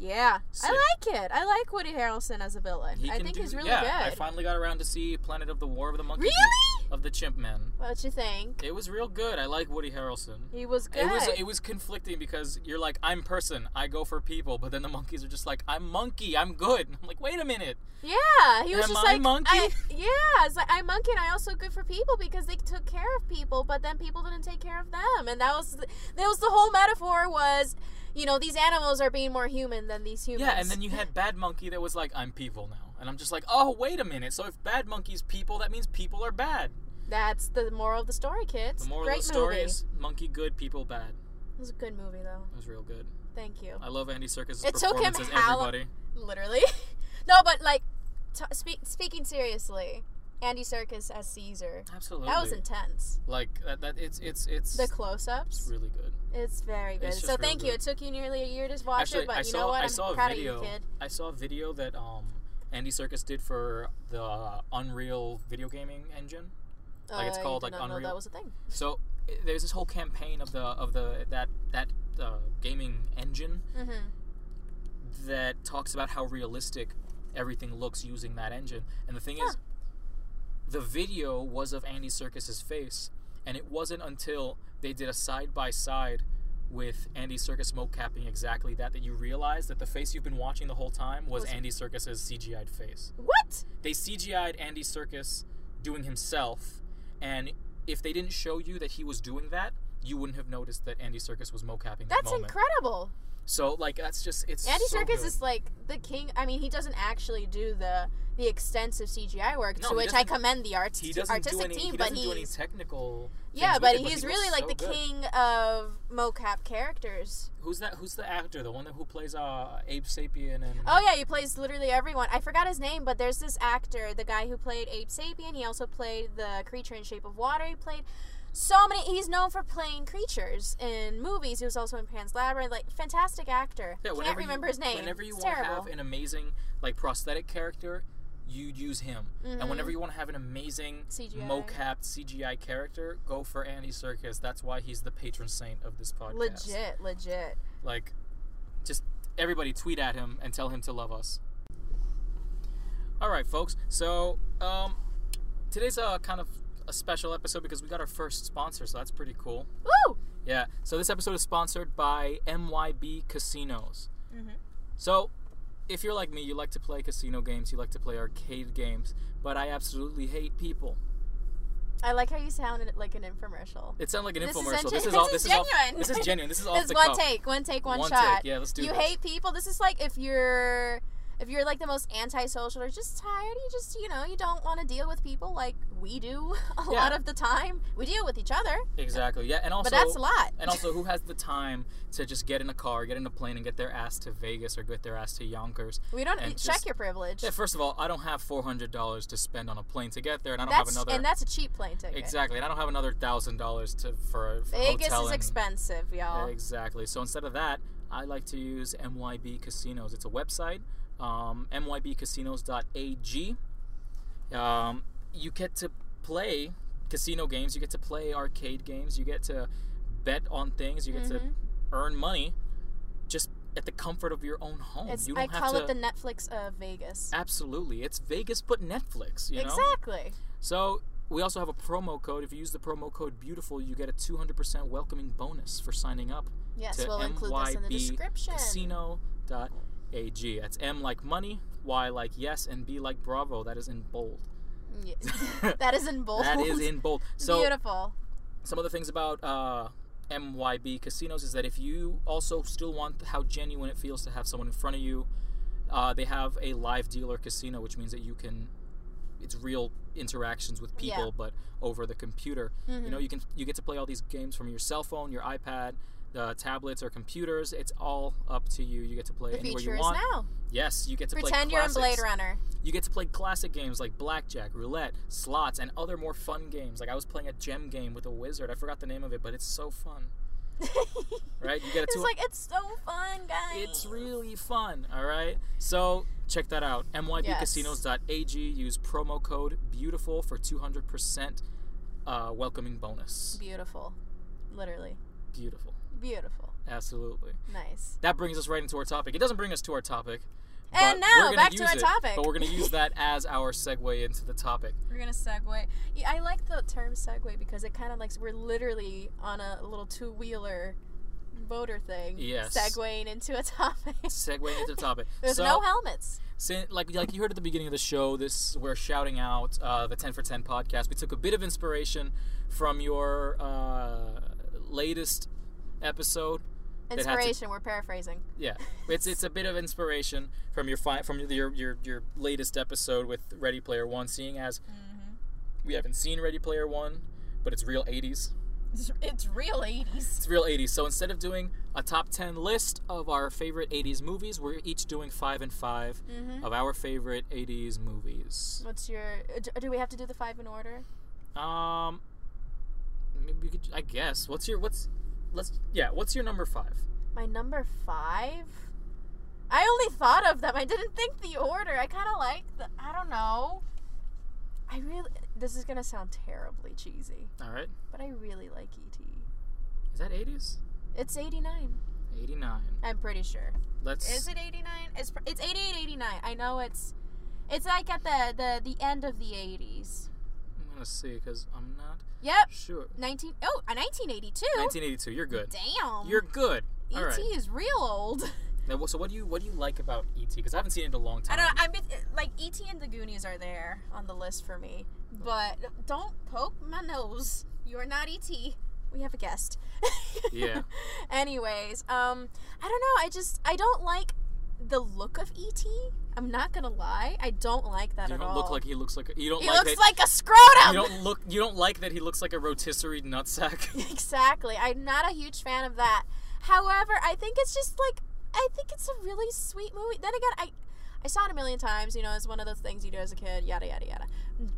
Speaker 2: Yeah,
Speaker 1: Sick.
Speaker 2: I like it. I like Woody Harrelson as a villain.
Speaker 1: He
Speaker 2: I
Speaker 1: can
Speaker 2: think
Speaker 1: do,
Speaker 2: he's really
Speaker 1: yeah, I
Speaker 2: good.
Speaker 1: finally got around to see Planet of the War of the Monkey
Speaker 2: really?
Speaker 1: King, of the Chimp Man.
Speaker 2: What you think?
Speaker 1: It was real good. I like Woody Harrelson.
Speaker 2: He was good.
Speaker 1: It was it was conflicting because you're like I'm person, I go for people, but then the monkeys are just like I'm monkey, I'm good. I'm like wait a minute,
Speaker 2: yeah, he was
Speaker 1: Am
Speaker 2: just
Speaker 1: I
Speaker 2: like
Speaker 1: monkey?
Speaker 2: I, yeah, it's like I'm monkey and I also good for people because they took care of people, but then people didn't take care of them, and that was the, that was the whole metaphor was, you know, these animals are being more human than these humans.
Speaker 1: yeah. And then you had bad monkey that was like I'm people now, and I'm just like oh wait a minute. So if bad monkey's people, that means people are bad.
Speaker 2: that's the moral of the story, kids.
Speaker 1: The moral
Speaker 2: Great
Speaker 1: of the story
Speaker 2: movie.
Speaker 1: is monkey good, people bad.
Speaker 2: It was a good movie though.
Speaker 1: It was real good.
Speaker 2: Thank you.
Speaker 1: I love Andy Serkis'
Speaker 2: It took him
Speaker 1: performance as
Speaker 2: how-
Speaker 1: everybody.
Speaker 2: Literally. no, but like, t- speak speaking seriously, Andy Serkis as Caesar.
Speaker 1: Absolutely.
Speaker 2: That was intense.
Speaker 1: like that, that it's it's it's
Speaker 2: The
Speaker 1: it's
Speaker 2: close-ups,
Speaker 1: really good.
Speaker 2: it's very good.
Speaker 1: It's
Speaker 2: so
Speaker 1: just real
Speaker 2: thank you.
Speaker 1: good.
Speaker 2: It took you nearly a year to watch
Speaker 1: Actually,
Speaker 2: it, but
Speaker 1: I
Speaker 2: you
Speaker 1: saw
Speaker 2: know what?
Speaker 1: I
Speaker 2: I'm
Speaker 1: saw
Speaker 2: proud
Speaker 1: a video.
Speaker 2: of you, kid.
Speaker 1: I saw a video that um Andy Circus did for the Unreal video gaming engine. Like, it's
Speaker 2: Uh,
Speaker 1: called,
Speaker 2: you
Speaker 1: like,
Speaker 2: did not know
Speaker 1: Unreal.
Speaker 2: that was a thing.
Speaker 1: So i- there's this whole campaign of the of the that that uh, gaming engine
Speaker 2: Mm-hmm.
Speaker 1: that talks about how realistic everything looks using that engine. And the thing is, the video was of Andy Circus's face, and it wasn't until they did a side by side with Andy Circus mocapping exactly that that you realize that the face you've been watching the whole time was,
Speaker 2: Was-
Speaker 1: Andy Circus's CGI'd face.
Speaker 2: What?
Speaker 1: They CGI'd Andy Circus doing himself, and if they didn't show you that he was doing that, you wouldn't have noticed that Andy Circus was mocapping that
Speaker 2: That's
Speaker 1: moment.
Speaker 2: incredible.
Speaker 1: so like that's just it's
Speaker 2: Andy
Speaker 1: so
Speaker 2: Serkis
Speaker 1: good.
Speaker 2: is like the king. I mean, he doesn't actually do the the extensive CGI work,
Speaker 1: No,
Speaker 2: to
Speaker 1: he
Speaker 2: which I
Speaker 1: doesn't-
Speaker 2: commend the art,
Speaker 1: he doesn't
Speaker 2: artistic
Speaker 1: do any,
Speaker 2: team.
Speaker 1: he
Speaker 2: but
Speaker 1: doesn't do any
Speaker 2: he's
Speaker 1: technical.
Speaker 2: yeah,
Speaker 1: things with
Speaker 2: but
Speaker 1: it,
Speaker 2: he's
Speaker 1: he looks
Speaker 2: really like
Speaker 1: so
Speaker 2: the
Speaker 1: good.
Speaker 2: king of mocap characters.
Speaker 1: Who's that? Who's the actor? The one that who plays uh Abe Sapien and
Speaker 2: Oh yeah, he plays literally everyone. I forgot his name, but there's this actor, the guy who played Ape Sapien. He also played the creature in Shape of Water. He played so many. He's known for playing creatures in movies. He was also in Pan's Labyrinth. Like fantastic actor.
Speaker 1: yeah.
Speaker 2: Can't
Speaker 1: Whenever
Speaker 2: remember
Speaker 1: you,
Speaker 2: his name.
Speaker 1: Whenever you
Speaker 2: it's
Speaker 1: want to
Speaker 2: terrible.
Speaker 1: have an amazing like prosthetic character, you use him.
Speaker 2: Mhm.
Speaker 1: And whenever you want to have an amazing
Speaker 2: CGI.
Speaker 1: mocapped CGI character, go for Andy Circus. That's why he's the patron saint of this podcast.
Speaker 2: legit, legit.
Speaker 1: Like, just everybody tweet at him and tell him to love us. All right, folks. So, um, today's a kind of a special episode because we got our first sponsor, so that's pretty cool.
Speaker 2: Woo!
Speaker 1: Yeah. So this episode is sponsored by MYB Casinos.
Speaker 2: Mhm.
Speaker 1: So, if you're like me, you like to play casino games, you like to play arcade games, but I absolutely hate people.
Speaker 2: I like how you sounded like an infomercial.
Speaker 1: It sounded like an
Speaker 2: This is
Speaker 1: infomercial.
Speaker 2: gen-
Speaker 1: this is
Speaker 2: this
Speaker 1: all.
Speaker 2: is
Speaker 1: This is all.
Speaker 2: genuine.
Speaker 1: This is genuine. This is off
Speaker 2: It's
Speaker 1: the
Speaker 2: one
Speaker 1: cuff.
Speaker 2: take, one take, one,
Speaker 1: One
Speaker 2: shot.
Speaker 1: take. Yeah, let's do
Speaker 2: you
Speaker 1: this.
Speaker 2: hate people. This is like if you're if you're like the most antisocial or just tired, you just you know you don't want to deal with people like we do a
Speaker 1: Yeah.
Speaker 2: lot of the time. We deal with each other,
Speaker 1: Exactly. Yeah, and also
Speaker 2: but that's a lot.
Speaker 1: And also, who has the time to just get in a car, get in a plane, and get their ass to Vegas or get their ass to Yonkers?
Speaker 2: we don't
Speaker 1: and
Speaker 2: check
Speaker 1: just-
Speaker 2: your privilege.
Speaker 1: Yeah, first of all, I don't have four hundred dollars to spend on a plane to get there, and I don't
Speaker 2: that's
Speaker 1: have another
Speaker 2: and that's a cheap plane ticket.
Speaker 1: exactly, and I don't have another thousand dollars to for a
Speaker 2: Vegas
Speaker 1: hotel
Speaker 2: is
Speaker 1: and-
Speaker 2: expensive, y'all.
Speaker 1: Exactly. So instead of that, I like to use MYB Casinos. It's a website, um, mybcasinos.ag. Um, you get to play casino games, you get to play arcade games, you get to bet on things, you get to
Speaker 2: Mhm.
Speaker 1: earn money just at the comfort of your own home.
Speaker 2: It's,
Speaker 1: you
Speaker 2: I
Speaker 1: don't have
Speaker 2: call
Speaker 1: to.
Speaker 2: it the Netflix of Vegas.
Speaker 1: Absolutely. It's Vegas, but Netflix, you know?
Speaker 2: Exactly.
Speaker 1: So we also have a promo code. If you use the promo code beautiful, you get a 200% welcoming bonus for signing up
Speaker 2: Yes,
Speaker 1: to
Speaker 2: we'll include this in the
Speaker 1: MYB
Speaker 2: description.
Speaker 1: casino.ag. That's M like money, Y like yes, and B like bravo. That is in bold.
Speaker 2: Yeah. that is in bold.
Speaker 1: That is in bold. So
Speaker 2: beautiful.
Speaker 1: some of the things about uh, MYB casinos is that if you also still want how genuine it feels to have someone in front of you, uh, they have a live dealer casino, which means that you can. It's real interactions with people,
Speaker 2: Yeah. Mm-hmm.
Speaker 1: but over the computer. You know, you can you get to play all these games from your cell phone, your iPad, the tablets or computers. It's all up to you. You get to play
Speaker 2: The
Speaker 1: anywhere
Speaker 2: future
Speaker 1: you
Speaker 2: is
Speaker 1: want.
Speaker 2: now.
Speaker 1: Yes, you get to
Speaker 2: Pretend
Speaker 1: play
Speaker 2: you're in
Speaker 1: classics.
Speaker 2: Blade Runner.
Speaker 1: You get to play classic games like blackjack, roulette, slots, and other more fun games. Like I was playing a gem game with a wizard. I forgot the name of it, but it's so fun. right? You get a
Speaker 2: it's
Speaker 1: two.
Speaker 2: like it's so fun, guys.
Speaker 1: it's really fun. All right. So check that out. MYBcasinos.ag. Use promo code beautiful for 200% uh, welcoming bonus.
Speaker 2: beautiful, literally
Speaker 1: Beautiful.
Speaker 2: beautiful.
Speaker 1: Absolutely.
Speaker 2: Nice.
Speaker 1: That brings us right into our topic. It doesn't bring us to our topic.
Speaker 2: And
Speaker 1: but
Speaker 2: now,
Speaker 1: we're gonna
Speaker 2: Eh, back to
Speaker 1: use
Speaker 2: our
Speaker 1: it,
Speaker 2: topic.
Speaker 1: But we're going to use that as our segue into the topic.
Speaker 2: We're gonna segue. Yeah, I like the term segue because it kind of like we're literally on a little two wheeler motor thing,
Speaker 1: Yes.
Speaker 2: segueing into a topic.
Speaker 1: Segue into the topic.
Speaker 2: There's
Speaker 1: so,
Speaker 2: no helmets.
Speaker 1: sin- like like you heard at the beginning of the show, this we're shouting out uh, the Ten for Ten podcast. We took a bit of inspiration from your uh, latest episode. They'd have to-
Speaker 2: Inspiration. we're paraphrasing.
Speaker 1: Yeah, it's it's a bit of inspiration from your fi- from your, your your latest episode with Ready Player One. Seeing as we haven't seen Ready Player One, but it's real '80s.
Speaker 3: It's, it's real 80s.
Speaker 1: It's real '80s. So instead of doing a top ten list of our favorite '80s movies, we're each doing five and 5
Speaker 2: Mm-hmm.
Speaker 1: of our favorite '80s movies.
Speaker 2: What's your? uh, d- Do we have to do the five in order?
Speaker 1: Um, maybe we could. I guess. What's your what's let's yeah. What's your number five?
Speaker 2: My number five. I only thought of them. I didn't think the order. I kind of like the. I don't know. I really. This is gonna sound terribly cheesy,
Speaker 1: All right.
Speaker 2: but I really like ET.
Speaker 1: Is that eighties?
Speaker 2: It's eighty nine.
Speaker 1: Eighty nine.
Speaker 2: I'm pretty sure.
Speaker 1: Let's.
Speaker 2: Is it 89? It's pr- it's 88 89. I know it's it's like at the the the end of the 80s.
Speaker 1: I'm gonna see because I'm not
Speaker 2: Yep.
Speaker 1: sure.
Speaker 2: 19 Oh, uh, 1982.
Speaker 1: Nineteen eighty two. You're good.
Speaker 2: Damn.
Speaker 1: You're good. All
Speaker 2: ET
Speaker 1: right.
Speaker 2: is real old.
Speaker 1: Now, wh- so what do you what do you like about ET? Because I haven't seen it in a long
Speaker 2: I
Speaker 1: time.
Speaker 2: don't I mean like ET and the Goonies are there on the list for me. But don't poke my nose. You're not ET. We have a guest.
Speaker 1: Yeah.
Speaker 2: Anyways, um I don't know. I just I don't like the look of ET. I'm not going to lie. I don't like that
Speaker 1: You
Speaker 2: at
Speaker 1: don't
Speaker 2: all.
Speaker 1: look like he looks like. You don't
Speaker 2: he
Speaker 1: like
Speaker 2: looks
Speaker 1: that.
Speaker 2: like a
Speaker 1: you
Speaker 2: scrotum.
Speaker 1: don't look. You don't like that he looks like a rotisserie nutsack.
Speaker 2: Exactly. I'm not a huge fan of that. However, I think it's just like I think it's a really sweet movie. Then again, I I saw it a million times, you know, it's one of those things you do as a kid, yada yada yada.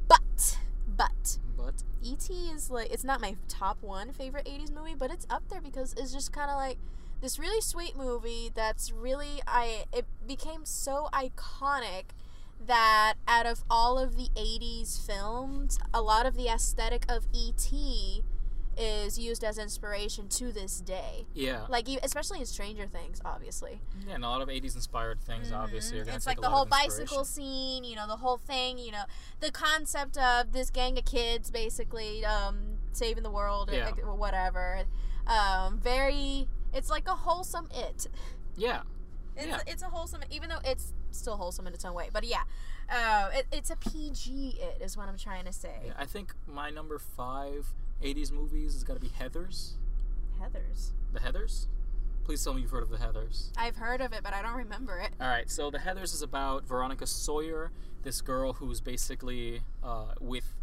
Speaker 2: But but
Speaker 1: but
Speaker 2: E.T. E is like it's not my top one favorite 80s movie, but it's up there because it's just kind of like this really sweet movie that's really I it became so iconic that out of all of the 80s films, a lot of the aesthetic of E.T. is used as inspiration to this day.
Speaker 1: yeah,
Speaker 2: Like e- especially in Stranger Things, obviously.
Speaker 1: yeah, and a lot of '80s inspired things. Obviously, are gonna
Speaker 2: Mm-hmm. It's
Speaker 1: take
Speaker 2: like
Speaker 1: a
Speaker 2: the
Speaker 1: lot
Speaker 2: whole
Speaker 1: of inspiration.
Speaker 2: bicycle scene, you know, the whole thing, you know, the concept of this gang of kids basically um, saving the world or
Speaker 1: Yeah.
Speaker 2: or whatever. Um, very, it's like a wholesome it.
Speaker 1: Yeah,
Speaker 2: It's,
Speaker 1: Yeah.
Speaker 2: it's a wholesome, even though it's still wholesome in its own way. But yeah, uh, it, it's a PG it is what I'm trying to say.
Speaker 1: Yeah, I think my number five 80s movies has got to be Heathers.
Speaker 2: Heathers.
Speaker 1: The Heathers? Please tell me you've heard of The Heathers.
Speaker 2: I've heard of it, but I don't remember it.
Speaker 1: All right, so The Heathers is about Veronica Sawyer, this girl who's basically uh, with.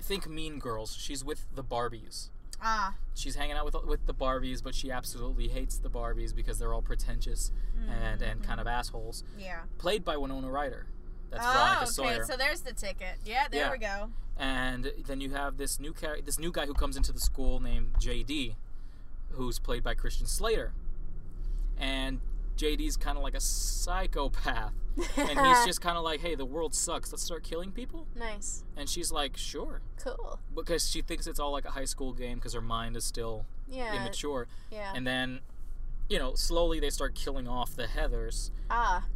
Speaker 1: Think Mean Girls. She's with the Barbies.
Speaker 2: Ah,
Speaker 1: She's hanging out with with the Barbies, but she absolutely hates the Barbies because they're all pretentious and, and kind of assholes.
Speaker 2: yeah.
Speaker 1: Played by Winona Ryder. That's
Speaker 2: oh,
Speaker 1: Veronica
Speaker 2: okay.
Speaker 1: Sawyer.
Speaker 2: So there's the ticket. Yeah, there
Speaker 1: Yeah.
Speaker 2: we go.
Speaker 1: and then you have this new char- this new guy who comes into the school named JD, who's played by Christian Slater, and JD's kind of like a psychopath, and he's just kind of like, hey, the world sucks, let's start killing people,
Speaker 2: nice,
Speaker 1: and she's like, sure,
Speaker 2: cool.
Speaker 1: because she thinks it's all like a high school game because her mind is still
Speaker 2: Yeah,
Speaker 1: immature,
Speaker 2: yeah.
Speaker 1: and then. You know, slowly they start killing off the Heathers,
Speaker 2: Ah,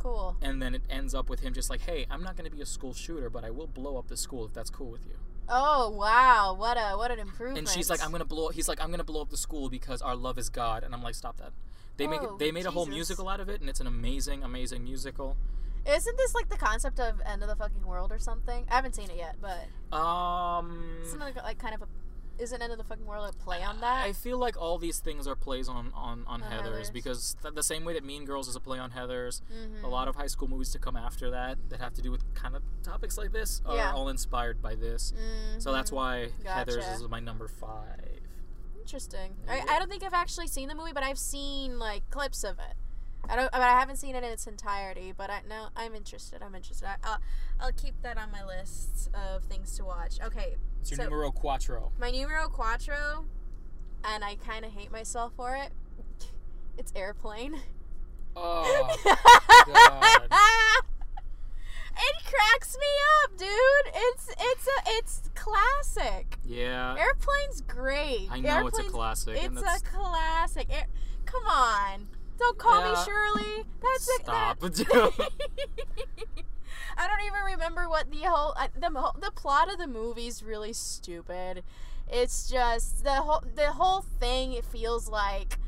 Speaker 2: cool.
Speaker 1: and then it ends up with him just like, "Hey, I'm not going to be a school shooter, but I will blow up the school if that's cool with you."
Speaker 2: Oh wow, what a what an improvement.
Speaker 1: and she's like, "I'm gonna blow." He's like, "I'm gonna blow up the school because our love is God." And I'm like, "Stop that." They make
Speaker 2: Oh,
Speaker 1: it, they made a whole
Speaker 2: Jesus.
Speaker 1: musical out of it, and it's an amazing, amazing musical.
Speaker 2: Isn't this like the concept of end of the fucking world or something? I haven't seen it yet, but
Speaker 1: Um,
Speaker 2: isn't it like kind of a isn't end of the fucking world a play on that?
Speaker 1: I feel like all these things are plays on on, on
Speaker 2: On
Speaker 1: Heather's
Speaker 2: Heathers.
Speaker 1: because th- the same way that Mean Girls is a play on Heather's,
Speaker 2: mm-hmm.
Speaker 1: a lot of high school movies to come after that that have to do with kind of topics like this are
Speaker 2: Yeah.
Speaker 1: all inspired by this.
Speaker 2: Mm-hmm.
Speaker 1: So that's why
Speaker 2: Gotcha.
Speaker 1: Heather's is my number five.
Speaker 2: interesting.
Speaker 1: Yeah.
Speaker 2: I, I don't think I've actually seen the movie, but I've seen like clips of it. I don't, but I haven't seen it in its entirety. But I no, I'm interested. I'm interested. I, I'll I'll keep that on my list of things to watch. Okay,
Speaker 1: It's your
Speaker 2: So-
Speaker 1: numero cuatro.
Speaker 2: my numero cuatro and I kind of hate myself for it. It's airplane.
Speaker 1: Oh, God.
Speaker 2: it cracks me up, dude. It's it's a it's classic.
Speaker 1: yeah.
Speaker 2: Airplane's great.
Speaker 1: Uh, I know it's a
Speaker 2: Airplane's-
Speaker 1: classic. and
Speaker 2: It's
Speaker 1: that's,
Speaker 2: a classic. Air- Come on. Don't call me
Speaker 1: Yeah.
Speaker 2: Shirley. That's a- that-
Speaker 1: stop. dude.
Speaker 2: I don't even remember what the whole I- the mo- the plot of the movie's really stupid. It's just the whole the whole thing. It feels like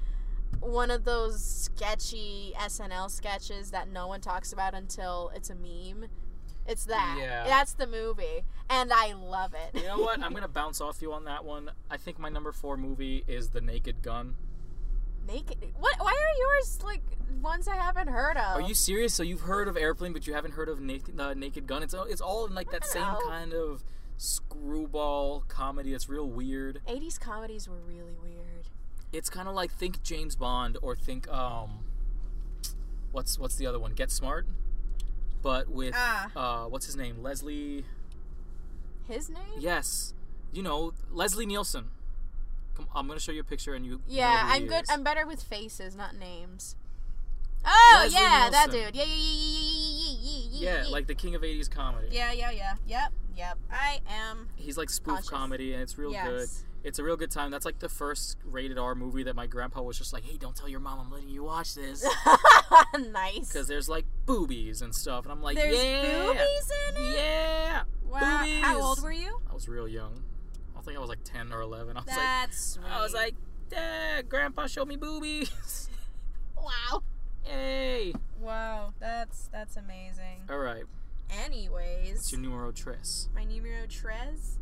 Speaker 2: one of those sketchy SNL sketches that no one talks about until it's a meme. It's that.
Speaker 1: Yeah.
Speaker 2: That's the movie, and I love it.
Speaker 1: you know what? I'm gonna bounce off you on that one. I think my number four movie is The Naked Gun.
Speaker 2: Naked. What? Why are yours like ones I haven't heard of?
Speaker 1: Are you serious? So you've heard of Airplane, but you haven't heard of Naked, uh, Naked Gun? It's it's all in like that same
Speaker 2: know.
Speaker 1: kind of screwball comedy. It's real weird.
Speaker 2: 80s comedies were really weird.
Speaker 1: It's kind of like think James Bond or think um, what's what's the other one? Get Smart, but with uh, what's his name? Leslie.
Speaker 2: His name?
Speaker 1: Yes, you know Leslie Nielsen. Come, I'm gonna show you a picture, and you. know who
Speaker 2: Yeah,
Speaker 1: he
Speaker 2: I'm good.
Speaker 1: is.
Speaker 2: I'm better with faces, not names. Oh
Speaker 1: Leslie
Speaker 2: yeah, that
Speaker 1: Nielsen.
Speaker 2: dude. Yeah, yeah, yeah, yeah, yeah, yeah, yeah, yeah,
Speaker 1: yeah,
Speaker 2: yeah.
Speaker 1: like the king of '80s comedy.
Speaker 3: Yeah, yeah, yeah. Yep, yep. I am.
Speaker 1: He's like spoof
Speaker 2: Conscious.
Speaker 1: comedy, and it's real good.
Speaker 3: yes.
Speaker 1: It's a real good time. That's like the first rated R movie that my grandpa was just like, "Hey, don't tell your mom I'm letting you watch this,"
Speaker 2: nice.
Speaker 1: because there's like boobies and stuff, and I'm like,
Speaker 2: There's
Speaker 1: "Yeah,
Speaker 2: boobies in it.
Speaker 1: yeah."
Speaker 3: Wow. How
Speaker 1: Boobies.
Speaker 3: old were you?
Speaker 1: I was real young. I think I was like ten or eleven. I was
Speaker 3: That's
Speaker 1: like, I was like, "Dad, grandpa, show me boobies."
Speaker 2: Wow.
Speaker 1: Yay!
Speaker 3: wow. That's that's amazing.
Speaker 1: All right, it's
Speaker 3: Anyways,
Speaker 1: your numero tres.
Speaker 3: my numero tres.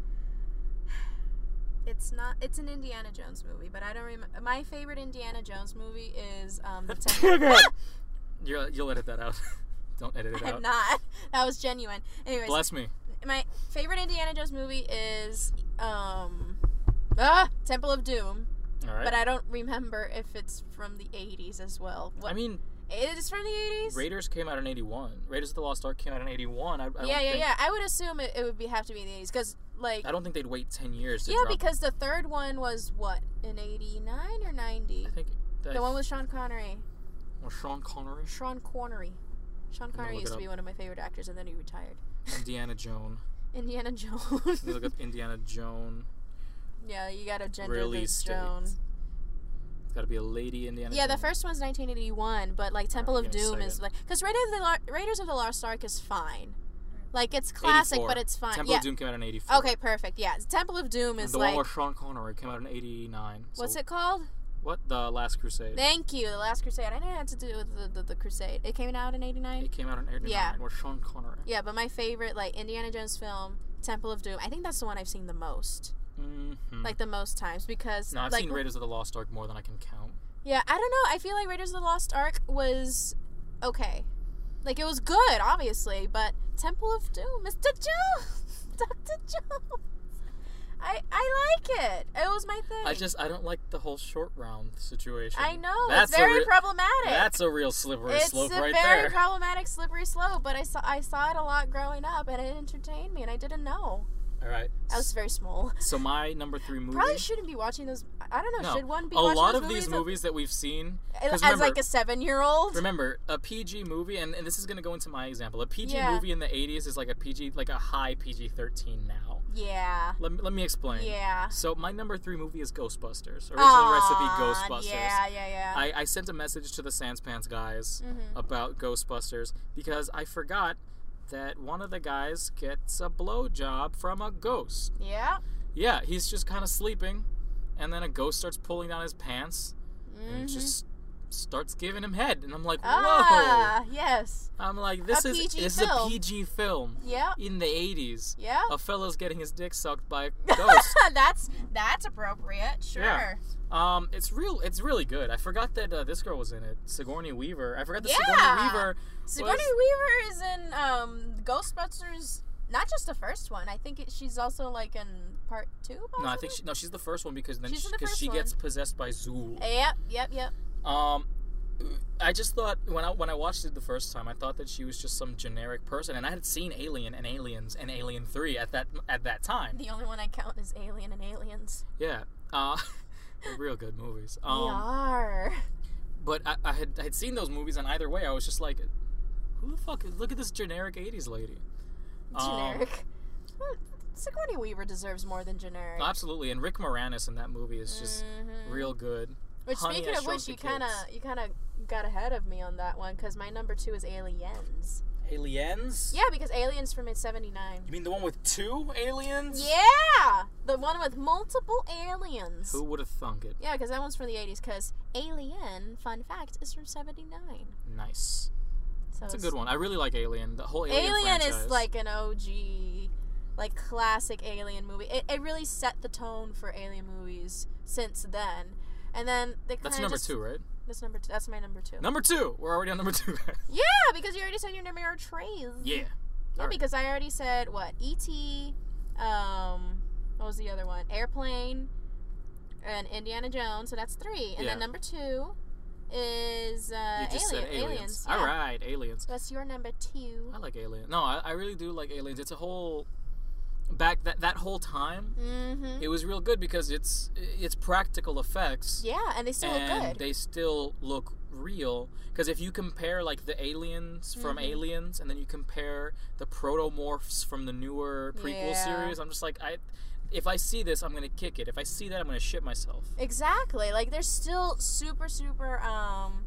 Speaker 2: It's not. It's an Indiana Jones movie, but I don't remember. My favorite Indiana Jones movie is um. The Temple.
Speaker 1: You're, you'll edit that out. Don't edit it
Speaker 2: I'm
Speaker 1: out.
Speaker 2: not. That was genuine. Anyways,
Speaker 1: Bless me.
Speaker 2: my favorite Indiana Jones movie is um. Ah, Temple of Doom.
Speaker 1: All right.
Speaker 2: But I don't remember if it's from the 80s as well. What,
Speaker 1: I mean,
Speaker 2: it is from the 80s?
Speaker 1: Raiders came out in '81. Raiders of the Lost Ark came out in '81. I, I don't
Speaker 2: yeah, yeah,
Speaker 1: think,
Speaker 2: yeah. I would assume it, it would be have to be in the 80s because, like,
Speaker 1: I don't think they'd wait ten years. To
Speaker 2: yeah,
Speaker 1: drop
Speaker 2: because the third one was what in '89 or '90?
Speaker 1: I think that
Speaker 2: The one with Sean Connery.
Speaker 1: or Sean Connery,
Speaker 2: Sean Connery. Sean
Speaker 1: gonna
Speaker 2: Connery
Speaker 1: look
Speaker 2: used
Speaker 1: it
Speaker 2: to be one of my favorite actors, and then he retired.
Speaker 1: Indiana Jones.
Speaker 2: Indiana Jones.
Speaker 1: You look up Indiana Jones.
Speaker 2: yeah, you gotta gender
Speaker 1: Release
Speaker 2: this
Speaker 1: date.
Speaker 2: Joan.
Speaker 1: It's got to be a lady Indiana.
Speaker 2: Yeah, the
Speaker 1: Jones.
Speaker 2: first one's 1981, but like Temple
Speaker 1: Alright,
Speaker 2: of
Speaker 1: give me a
Speaker 2: Doom is
Speaker 1: second.
Speaker 2: like because Raiders of the Lo- Raiders of the Lost Ark is fine, like it's classic,
Speaker 1: 84.
Speaker 2: but it's fine.
Speaker 1: Temple
Speaker 2: yeah.
Speaker 1: of Doom came out in '84.
Speaker 2: Okay, perfect. Yeah, Temple of Doom
Speaker 1: And
Speaker 2: is
Speaker 1: the
Speaker 2: like
Speaker 1: one with Sean Connery came out in '89. So
Speaker 2: what's it called?
Speaker 1: What? The Last Crusade.
Speaker 2: Thank you, The Last Crusade. I didn't have to do it with the, the, the Crusade. It came out in '89.
Speaker 1: it came out in '89
Speaker 2: Yeah.
Speaker 1: with Sean Connery.
Speaker 2: Yeah, but my favorite like Indiana Jones film, Temple of Doom. I think that's the one I've seen the most,
Speaker 1: hmm
Speaker 2: like the most times because
Speaker 1: no, I've
Speaker 2: like
Speaker 1: seen Raiders of the Lost Ark more than I can count.
Speaker 2: yeah, I don't know. I feel like Raiders of the Lost Ark was okay, like it was good, obviously, but Temple of Doom, Mr. Jones, Doctor Jones. I I like it. It was my thing.
Speaker 1: I just I don't like the whole short round situation.
Speaker 2: I know
Speaker 1: That's
Speaker 2: it's very
Speaker 1: a re-
Speaker 2: problematic.
Speaker 1: That's a real slippery
Speaker 2: it's
Speaker 1: slope
Speaker 2: a
Speaker 1: right
Speaker 2: very
Speaker 1: there.
Speaker 2: problematic slippery slope, but I saw I saw it a lot growing up, and it entertained me, and I didn't know.
Speaker 1: All right.
Speaker 2: I was very small.
Speaker 1: So my number three movie.
Speaker 2: Probably shouldn't be watching those. I don't know.
Speaker 1: No.
Speaker 2: Should one be
Speaker 1: a
Speaker 2: watching
Speaker 1: lot
Speaker 2: those
Speaker 1: of these
Speaker 2: movies
Speaker 1: movies that we've seen
Speaker 2: as,
Speaker 1: 'cause
Speaker 2: as
Speaker 1: remember-
Speaker 2: like a seven year old?
Speaker 1: Remember, a PG movie, and, and this is going to go into my example. A PG
Speaker 2: Yeah.
Speaker 1: movie in the 80s is like a PG, like a high PG 13 now.
Speaker 2: Yeah,
Speaker 1: Let me, let me explain.
Speaker 2: yeah.
Speaker 1: So, my number three movie is Ghostbusters. Original
Speaker 2: Aw,
Speaker 1: recipe Ghostbusters.
Speaker 2: Yeah, yeah, yeah.
Speaker 1: I, I sent a message to the Sanspants guys
Speaker 2: Mhm.
Speaker 1: about Ghostbusters because I forgot that one of the guys gets a blowjob from a ghost.
Speaker 2: yeah.
Speaker 1: Yeah, he's just kind of sleeping, and then a ghost starts pulling down his pants and
Speaker 2: Mhm.
Speaker 1: just starts giving him head. And I'm like, whoa.
Speaker 2: Ah, yes.
Speaker 1: I'm like, this
Speaker 2: A
Speaker 1: is
Speaker 2: PG
Speaker 1: this is a
Speaker 2: film.
Speaker 1: PG film
Speaker 2: Yep.
Speaker 1: in the '80s.
Speaker 2: Yeah.
Speaker 1: A fella's getting his dick sucked by a ghost.
Speaker 2: that's
Speaker 3: That's appropriate. Sure.
Speaker 1: Yeah. um, it's real. It's really good. I forgot that uh, this girl was in it. Sigourney Weaver. I forgot that Sigourney
Speaker 2: Yeah.
Speaker 1: Weaver.
Speaker 2: Sigourney Weaver is in um, Ghostbusters. Not just the first one. I think it, she's also like in part two.
Speaker 1: No, I think
Speaker 2: possibly?
Speaker 1: she, no. She's the first one because then
Speaker 2: She's in the
Speaker 1: because
Speaker 2: first
Speaker 1: she,
Speaker 2: one.
Speaker 1: gets possessed by Zool.
Speaker 2: Yep, yep, yep.
Speaker 1: Um, I just thought when I when I watched it the first time, I thought that she was just some generic person, and I had seen Alien and Aliens and Alien Three at that at that time.
Speaker 2: The only one I count is Alien and Aliens.
Speaker 1: Yeah. Uh, real good movies. Um,
Speaker 2: they are.
Speaker 1: But I, I had I had seen those movies, and either way, I was just like, "Who the fuck? is- Look at this generic '80s lady." Um,
Speaker 2: Generic. Well, Sigourney Weaver deserves more than generic.
Speaker 1: absolutely, and Rick Moranis in that movie is just
Speaker 2: Mhm.
Speaker 1: real good.
Speaker 2: Which
Speaker 1: Honey,
Speaker 2: speaking
Speaker 1: I
Speaker 2: of which,
Speaker 1: Shrunk
Speaker 2: you
Speaker 1: the
Speaker 2: kind of
Speaker 1: Kids.
Speaker 2: you kind of got ahead of me on that one because my number two is Aliens.
Speaker 1: Aliens.
Speaker 2: Yeah, because Aliens from '79.
Speaker 1: You mean the one with two aliens?
Speaker 2: Yeah, the one with multiple aliens.
Speaker 1: Who would have thunk it?
Speaker 2: Yeah, because that one's from the '80s. Because Alien, fun fact, is from '79.
Speaker 1: Nice.
Speaker 2: So
Speaker 1: That's a
Speaker 2: it's-
Speaker 1: good one. I really like Alien. The whole Alien,
Speaker 2: Alien,
Speaker 1: franchise.
Speaker 2: is like an OG, like classic Alien movie. It, it really set the tone for Alien movies since then. And then they kind
Speaker 1: that's
Speaker 2: of
Speaker 1: number
Speaker 2: just,
Speaker 1: two, right?
Speaker 2: That's number two. That's my number two.
Speaker 1: Number two. We're already on number two. guys.
Speaker 2: Yeah, because you already said your number are trays.
Speaker 1: yeah.
Speaker 2: Yeah,
Speaker 1: All right.
Speaker 2: because I already said what E.T. Um, what was the other one? Airplane, and Indiana Jones. So that's three. And
Speaker 1: Yeah.
Speaker 2: then number two is uh,
Speaker 1: You just
Speaker 2: Alien.
Speaker 1: said aliens.
Speaker 2: yeah.
Speaker 1: All right, aliens.
Speaker 2: So that's your number two.
Speaker 1: I like aliens. No, I, I really do like aliens. It's a whole back that that whole time.
Speaker 2: Mm-hmm.
Speaker 1: It was real good because it's it's practical effects.
Speaker 2: Yeah, and they still
Speaker 1: and
Speaker 2: look good.
Speaker 1: they still look real because if you compare like the aliens from
Speaker 2: Mhm.
Speaker 1: aliens and then you compare the protomorphs from the newer prequel
Speaker 2: Yeah.
Speaker 1: series i'm just like i if i see this i'm gonna kick it if i see that i'm gonna shit myself
Speaker 2: Exactly. Like they're still super, super. Um,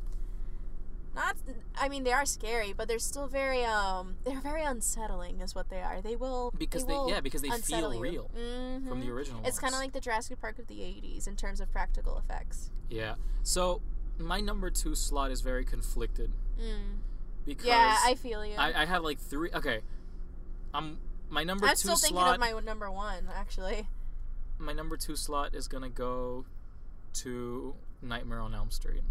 Speaker 2: not. I mean, they are scary, but they're still very. Um, they're very unsettling, is what they are. They will
Speaker 1: because they,
Speaker 2: will
Speaker 1: yeah because they feel
Speaker 2: unsettle you.
Speaker 1: real
Speaker 2: Mhm.
Speaker 1: from the original
Speaker 2: It's kind of like the Jurassic Park of the '80s in terms of practical effects.
Speaker 1: yeah so my number two slot is very conflicted
Speaker 2: Mm.
Speaker 1: because
Speaker 2: Yeah, I feel you.
Speaker 1: I, I have like three okay i'm my number
Speaker 2: am
Speaker 1: two
Speaker 2: still thinking
Speaker 1: slot
Speaker 2: of my number one, actually.
Speaker 1: my number two slot is gonna go to Nightmare on Elm Street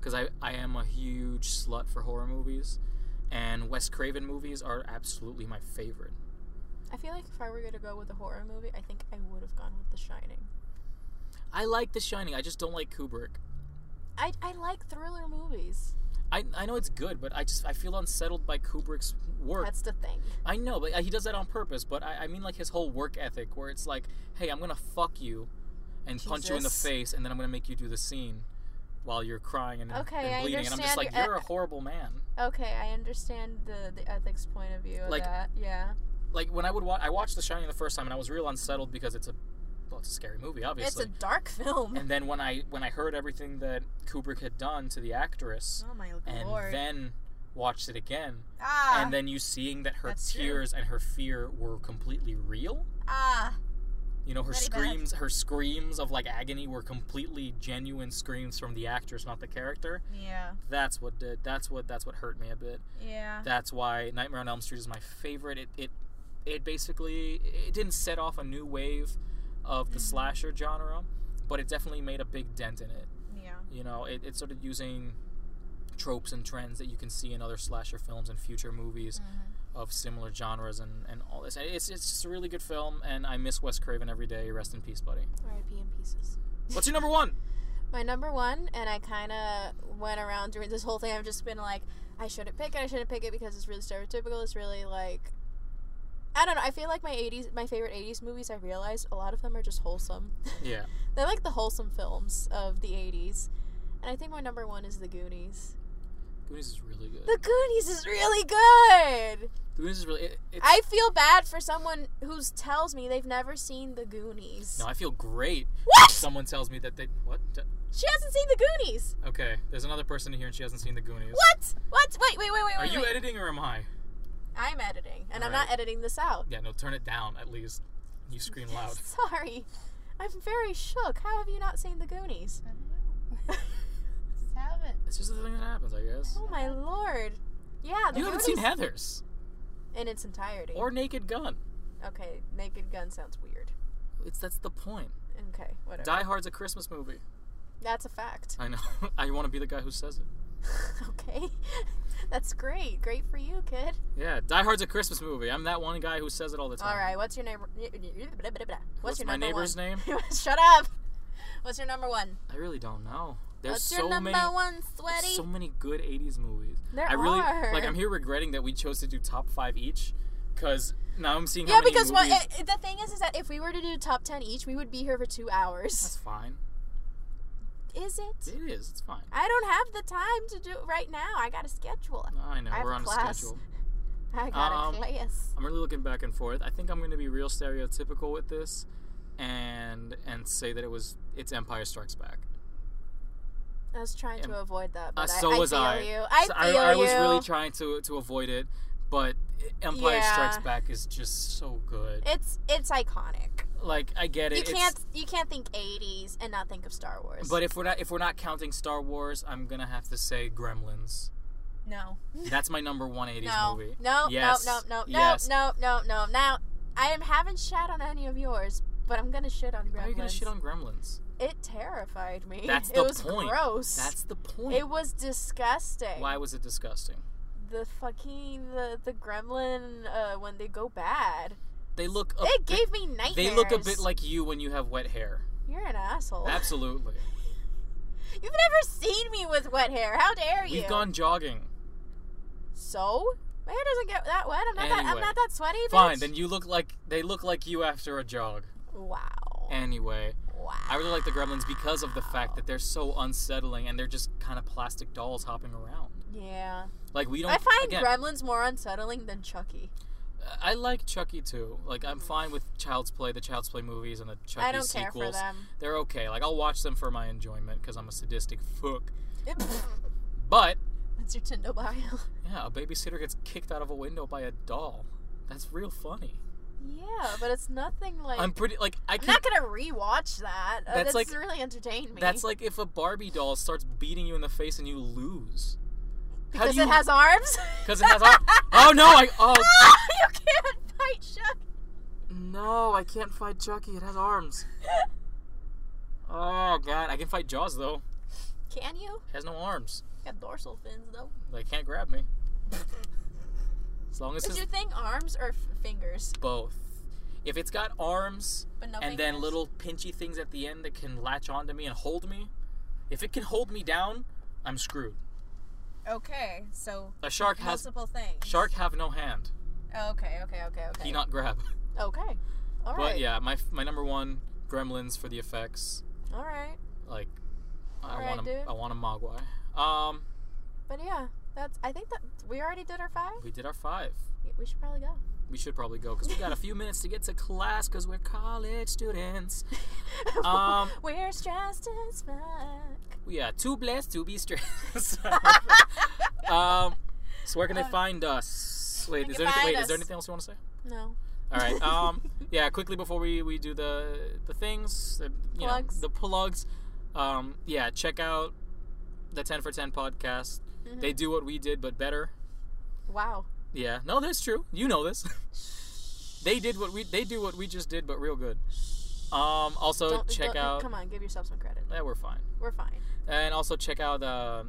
Speaker 1: because I I am a huge slut for horror movies, and Wes Craven movies are absolutely my favorite.
Speaker 2: I feel like if I were going to go with a horror movie, I think I would have gone with The Shining.
Speaker 1: I like The Shining. I just don't like Kubrick.
Speaker 2: I, I like thriller movies.
Speaker 1: I, I know it's good, but I just I feel unsettled by Kubrick's work.
Speaker 2: That's the thing.
Speaker 1: I know, but uh, he does that on purpose. But I, I mean, like his whole work ethic, where it's like, hey, I'm gonna fuck you, and punch you in the
Speaker 2: Jesus.
Speaker 1: face, and then I'm gonna make you do the scene while you're crying and,
Speaker 2: Okay,
Speaker 1: and
Speaker 2: I
Speaker 1: bleeding, and I'm just
Speaker 2: understand
Speaker 1: like,
Speaker 2: your- e-"
Speaker 1: you're a horrible man.
Speaker 2: Okay, I understand the, the ethics point of view of
Speaker 1: Like-
Speaker 2: that. Yeah.
Speaker 1: like when I would watch, I watched The Shining the first time, and I was real unsettled because it's a, well, it's a scary movie,
Speaker 2: It's
Speaker 1: obviously.
Speaker 2: a dark film.
Speaker 1: and then when I when I heard everything that Kubrick had done to the actress,
Speaker 3: Oh my
Speaker 1: and
Speaker 3: lord.
Speaker 1: then watched it again,
Speaker 3: ah.
Speaker 1: and then you seeing that her
Speaker 3: That's true.
Speaker 1: tears and her fear were completely real.
Speaker 3: ah.
Speaker 1: You know, her
Speaker 3: Very bad.
Speaker 1: screams, her screams of like agony were completely genuine screams from the actress, not the character.
Speaker 3: Yeah.
Speaker 1: That's what did. That's what. That's what hurt me a bit.
Speaker 3: Yeah.
Speaker 1: that's why Nightmare on Elm Street is my favorite. It it, it basically it didn't set off a new wave of the
Speaker 3: Mhm.
Speaker 1: slasher genre, but it definitely made a big dent in it.
Speaker 3: Yeah.
Speaker 1: You know, it, it started using tropes and trends that you can see in other slasher films and future movies of similar genres and, and all this. And It's it's just a really good film, and I miss Wes Craven every day. Rest in peace, buddy.
Speaker 2: R.I.P. in pieces.
Speaker 1: What's your number one?
Speaker 2: My number one, and I kind of went around during this whole thing. I've just been like, I shouldn't pick it. I shouldn't pick it because it's really stereotypical. It's really like, I don't know. I feel like my '80s, my favorite '80s movies. I realized a lot of them are just wholesome.
Speaker 1: Yeah,
Speaker 2: They're like the wholesome films of the '80s, and I think my number one is The Goonies.
Speaker 1: Goonies is really good.
Speaker 2: The Goonies is really good.
Speaker 1: Goonies is really. It, it's,
Speaker 2: I feel bad for someone who tells me they've never seen The Goonies.
Speaker 1: no, I feel great.
Speaker 2: What?
Speaker 1: If someone tells me that they what?
Speaker 2: She hasn't seen The Goonies.
Speaker 1: Okay, there's another person here and she hasn't seen the Goonies.
Speaker 2: What? What? Wait, wait, wait, wait,
Speaker 1: Are
Speaker 2: wait.
Speaker 1: you
Speaker 2: wait.
Speaker 1: editing or am I?
Speaker 2: I'm editing, and I'm
Speaker 1: Alright.
Speaker 2: not editing this out.
Speaker 1: Yeah, no, turn it down at least. You scream loud.
Speaker 2: Sorry. I'm very shook. How have you not seen The Goonies?
Speaker 3: I don't know. Just haven't.
Speaker 1: It's just the thing that happens, I guess.
Speaker 2: Oh my lord. Yeah, The
Speaker 1: You haven't
Speaker 2: Goonies
Speaker 1: seen Heather's
Speaker 2: in its entirety.
Speaker 1: or Naked Gun.
Speaker 2: okay, Naked Gun sounds weird.
Speaker 1: It's that's the point.
Speaker 2: Okay, whatever.
Speaker 1: Die Hard's a Christmas movie.
Speaker 2: That's a fact.
Speaker 1: I know. I want to be the guy who says it.
Speaker 2: okay. That's great. Great for you, kid.
Speaker 1: Yeah, Die Hard's a Christmas movie. I'm that one guy who says it all the time.
Speaker 2: All right, what's your neighbor? What's,
Speaker 1: What's
Speaker 2: your
Speaker 1: my
Speaker 2: number
Speaker 1: neighbor's
Speaker 2: one?
Speaker 1: name?
Speaker 2: Shut up. What's your number one?
Speaker 1: I really don't know. There's
Speaker 2: what's
Speaker 1: so
Speaker 2: your number
Speaker 1: many
Speaker 2: one, sweaty?
Speaker 1: so many good 80s movies.
Speaker 2: There
Speaker 1: I really
Speaker 2: are.
Speaker 1: like I'm here regretting that we chose to do top 5 each cuz now I'm seeing how
Speaker 2: Yeah,
Speaker 1: many
Speaker 2: because eh,
Speaker 1: movies
Speaker 2: what, it, the thing is, is that if we were to do top ten each, we would be here for two hours.
Speaker 1: That's fine.
Speaker 2: Is it?
Speaker 1: It is. It's fine.
Speaker 2: I don't have the time to do it right now. I got a schedule.
Speaker 1: I know
Speaker 2: I have
Speaker 1: we're on a
Speaker 2: class.
Speaker 1: schedule.
Speaker 2: I got
Speaker 1: Um,
Speaker 2: a class.
Speaker 1: I'm really looking back and forth. I think I'm going to be real stereotypical with this, and and say that it was it's Empire Strikes Back.
Speaker 2: I was trying to
Speaker 1: am-
Speaker 2: avoid that,
Speaker 1: Uh,
Speaker 2: but
Speaker 1: so
Speaker 2: I, I
Speaker 1: was
Speaker 2: feel
Speaker 1: I.
Speaker 2: you. I
Speaker 1: So
Speaker 2: feel
Speaker 1: I, I was
Speaker 2: you.
Speaker 1: really trying to to avoid it, but Empire
Speaker 2: Yeah.
Speaker 1: Strikes Back is just so good.
Speaker 2: it's it's iconic.
Speaker 1: Like I get it.
Speaker 2: You
Speaker 1: it's-
Speaker 2: can't you can't think '80s and not think of Star Wars.
Speaker 1: But if we're not if we're not counting Star Wars, I'm gonna have to say Gremlins.
Speaker 2: no,
Speaker 1: That's my number one eighties
Speaker 2: no,
Speaker 1: movie.
Speaker 2: no,
Speaker 1: Yes.
Speaker 2: no, no, no,
Speaker 1: Yes.
Speaker 2: no, no, no, no. Now I am- haven't shat on any of yours, but I'm gonna shit on Gremlins.
Speaker 1: Why are you gonna shit on Gremlins?
Speaker 2: It terrified me.
Speaker 1: That's
Speaker 2: it
Speaker 1: the
Speaker 2: was
Speaker 1: point.
Speaker 2: gross.
Speaker 1: That's the point.
Speaker 2: it was disgusting.
Speaker 1: Why was it disgusting?
Speaker 2: the fucking the the gremlin uh, when they go bad?
Speaker 1: Oh, They look a
Speaker 2: It
Speaker 1: bit,
Speaker 2: gave me nightmares.
Speaker 1: they look a bit like you when you have wet hair.
Speaker 2: you're an asshole.
Speaker 1: Absolutely.
Speaker 2: You've never seen me with wet hair. How dare you?
Speaker 1: We've gone jogging.
Speaker 2: So my hair doesn't get that wet. I'm not that I'm
Speaker 1: Anyway.
Speaker 2: not that sweaty. Bitch.
Speaker 1: Fine, then you look like they look like you after a jog.
Speaker 2: wow.
Speaker 1: Anyway,
Speaker 2: wow.
Speaker 1: I really like the Gremlins because of the fact that they're so unsettling and they're just kind of plastic dolls hopping around.
Speaker 2: Yeah.
Speaker 1: Like we don't.
Speaker 2: I find
Speaker 1: again,
Speaker 2: Gremlins more unsettling than Chucky.
Speaker 1: I like Chucky too. Like I'm fine with Child's Play, the Child's Play movies, and the Chucky
Speaker 2: I don't care
Speaker 1: sequels.
Speaker 2: for them.
Speaker 1: They're okay. Like I'll watch them for my enjoyment because I'm a sadistic fuck. But
Speaker 2: That's your Tinder bio.
Speaker 1: yeah, a babysitter gets kicked out of a window by a doll. That's real funny.
Speaker 2: yeah, but it's nothing like.
Speaker 1: I'm pretty like I
Speaker 2: I'm
Speaker 1: can.
Speaker 2: not gonna rewatch that. Uh,
Speaker 1: That's
Speaker 2: That's,
Speaker 1: like-
Speaker 2: really entertained me.
Speaker 1: That's like if a Barbie doll starts beating you in the face and you lose. How do
Speaker 2: because
Speaker 1: you-
Speaker 2: it has arms.
Speaker 1: Because it has. ar- oh no! I oh
Speaker 2: you can't fight Chuck.
Speaker 1: no! I can't fight Chucky. It has arms. Oh god! I can fight Jaws though.
Speaker 2: Can you?
Speaker 1: It has no arms.
Speaker 2: Got dorsal fins though.
Speaker 1: They can't grab me. As long as
Speaker 2: Is
Speaker 1: it's
Speaker 2: your thing arms or f- fingers?
Speaker 1: both. If it's got arms
Speaker 2: But no.
Speaker 1: and then
Speaker 2: fingers?
Speaker 1: little pinchy things at the end that can latch onto me and hold me, if it can hold me down, I'm screwed.
Speaker 2: Okay, so
Speaker 1: A shark has
Speaker 2: multiple things.
Speaker 1: shark have no hand.
Speaker 2: Okay, okay, okay, okay.
Speaker 1: He not grab.
Speaker 2: Okay. All right.
Speaker 1: But yeah, my my number one gremlins for the effects.
Speaker 2: All right.
Speaker 1: Like I
Speaker 2: Alright,
Speaker 1: want
Speaker 2: dude.
Speaker 1: a, I want a mogwai. Um,
Speaker 2: But yeah, that's. I think that we already did our five.
Speaker 1: we did our five.
Speaker 2: Yeah, We should probably go.
Speaker 1: We should probably go because we got a few minutes to get to class because we're college students. Um,
Speaker 2: We're stressed as fuck.
Speaker 1: We are too blessed to be stressed. um, so where can they
Speaker 3: Um,
Speaker 1: find us? Wait,
Speaker 2: they
Speaker 1: is
Speaker 2: Uh,
Speaker 1: there, anything,
Speaker 2: can find
Speaker 1: wait, is there
Speaker 2: us.
Speaker 1: anything else you want to say?
Speaker 2: No.
Speaker 1: All right. Um, yeah, quickly before we, we do the the things, the, you
Speaker 2: Plugs.
Speaker 1: know, the plugs. Um, yeah, check out the Ten for Ten podcast.
Speaker 2: Mhm.
Speaker 1: They do what we did, but better.
Speaker 2: Wow.
Speaker 1: Yeah, no, that's true. You know this. they did what we they do what we just did, but real good. Um, also
Speaker 2: Don't-
Speaker 1: check
Speaker 2: don't-
Speaker 1: out.
Speaker 2: Come on, give yourself some credit.
Speaker 1: Yeah, we're fine.
Speaker 2: We're fine.
Speaker 1: And also check out uh,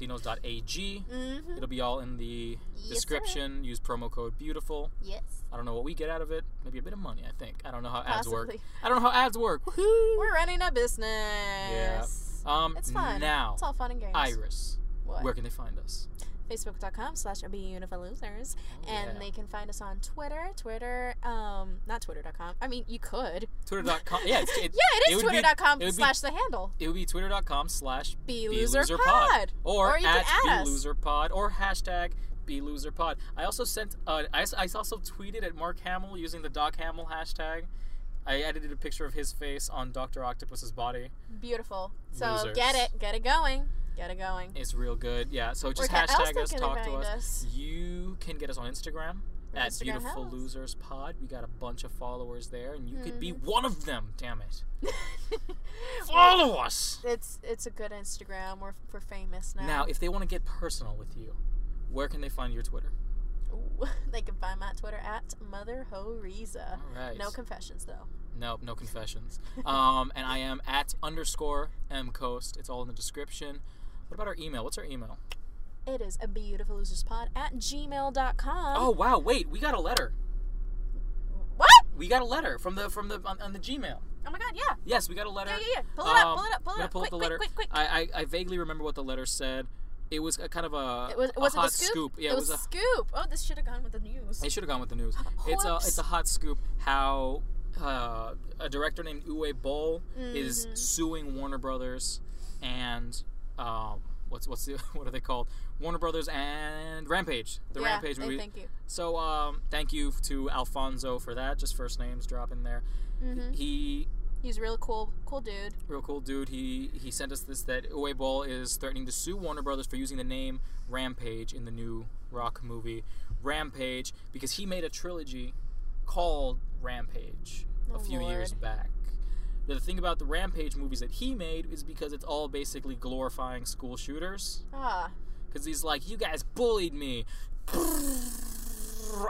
Speaker 1: mybcasinos.ag.
Speaker 2: Mm-hmm.
Speaker 1: It'll be all in the
Speaker 2: Yes, sir.
Speaker 1: description. Use promo code beautiful.
Speaker 2: Yes.
Speaker 1: I don't know what we get out of it. Maybe a bit of money, I think. I don't know how ads work.
Speaker 2: Possibly.
Speaker 1: I don't know how ads work. Woohoo!
Speaker 2: We're running a business.
Speaker 1: Um,
Speaker 2: It's fun.
Speaker 1: Now,
Speaker 2: It's all fun and games.
Speaker 1: Iris,
Speaker 2: What?
Speaker 1: where can they find us?
Speaker 2: Facebook.com slash beautifulosers.
Speaker 1: Oh,
Speaker 2: And
Speaker 1: yeah.
Speaker 2: they can find us on Twitter. Twitter, um, not Twitter.com. I mean, you could.
Speaker 1: Twitter.com. Yeah, it's, it,
Speaker 2: Yeah, it
Speaker 1: it
Speaker 2: is
Speaker 1: would be-
Speaker 2: Twitter.com
Speaker 1: it would be-
Speaker 2: slash the handle.
Speaker 1: it would be twitter.com slash
Speaker 2: Be Loser
Speaker 1: BLoserPod.
Speaker 2: Pod.
Speaker 1: Or,
Speaker 2: Or you can
Speaker 1: at
Speaker 2: add us.
Speaker 1: BLoserPod or hashtag BLoserPod. I also sent, uh, I, s- I also tweeted at Mark Hamill using the Doc Hamill hashtag. I edited a picture of his face on Dr. Octopus's body.
Speaker 2: Beautiful. So
Speaker 1: Losers.
Speaker 2: get it. Get it going. Get it going.
Speaker 1: It's real good. Yeah, so just
Speaker 2: Where ca- else
Speaker 1: hashtag
Speaker 2: they
Speaker 1: us,
Speaker 2: can
Speaker 1: talk to
Speaker 2: find
Speaker 1: us.
Speaker 2: us?
Speaker 1: You can get us on Instagram
Speaker 2: We're
Speaker 1: at
Speaker 2: Instagram
Speaker 1: Beautiful
Speaker 2: house.
Speaker 1: Losers Pod. We got a bunch of followers there, and you could be
Speaker 2: Mhm.
Speaker 1: one of them, damn it. Follow us!
Speaker 2: it's it's a good Instagram. We're, we're famous now.
Speaker 1: Now, if they want to get personal with you, where can they find your Twitter?
Speaker 2: Ooh, they can find my Twitter at Mother Ho Riza.
Speaker 1: All right.
Speaker 2: No confessions though.
Speaker 1: Nope, no confessions. um, and I am at underscore mcoast. It's all in the description. What about our email? What's our email?
Speaker 2: It is a beautiful losers pod at gmail.com.
Speaker 1: Oh wow, wait, we got a letter.
Speaker 2: what?
Speaker 1: We got a letter from the from the on, on the Gmail.
Speaker 2: Oh my god, yeah.
Speaker 1: Yes, we got a letter.
Speaker 2: Yeah, yeah, yeah. Pull it up,
Speaker 1: Um,
Speaker 2: pull it up, pull
Speaker 1: I'm
Speaker 2: it
Speaker 1: gonna
Speaker 2: up.
Speaker 1: pull up
Speaker 2: quick,
Speaker 1: the
Speaker 2: quick,
Speaker 1: letter.
Speaker 2: quick, quick.
Speaker 1: I, I I vaguely remember what the letter said. It was a kind of a
Speaker 2: it was
Speaker 1: a
Speaker 2: was it
Speaker 1: hot
Speaker 2: a scoop?
Speaker 1: Yeah,
Speaker 2: it was a scoop. Oh, this should have gone with the news.
Speaker 1: It should have gone with the news. It's a
Speaker 2: Whoops.
Speaker 1: it's a hot scoop how uh, a director named Uwe Boll is
Speaker 2: Mhm.
Speaker 1: suing Warner Brothers and um, what's what's the, what are they called? Warner Brothers and Rampage, the
Speaker 2: yeah,
Speaker 1: Rampage
Speaker 2: they
Speaker 1: movie.
Speaker 2: Thank you.
Speaker 1: So um, thank you to Alfonso for that. Just first names dropping there.
Speaker 2: hmm
Speaker 1: He
Speaker 2: He's a real cool, cool dude.
Speaker 1: real cool dude. He he sent us this that Uwe Boll is threatening to sue Warner Brothers for using the name Rampage in the new Rock movie Rampage because he made a trilogy called Rampage a
Speaker 2: Oh,
Speaker 1: few years
Speaker 2: Lord.
Speaker 1: back. The thing about the Rampage movies that he made is because it's all basically glorifying school shooters.
Speaker 2: Ah,
Speaker 1: Because he's like, you guys bullied me.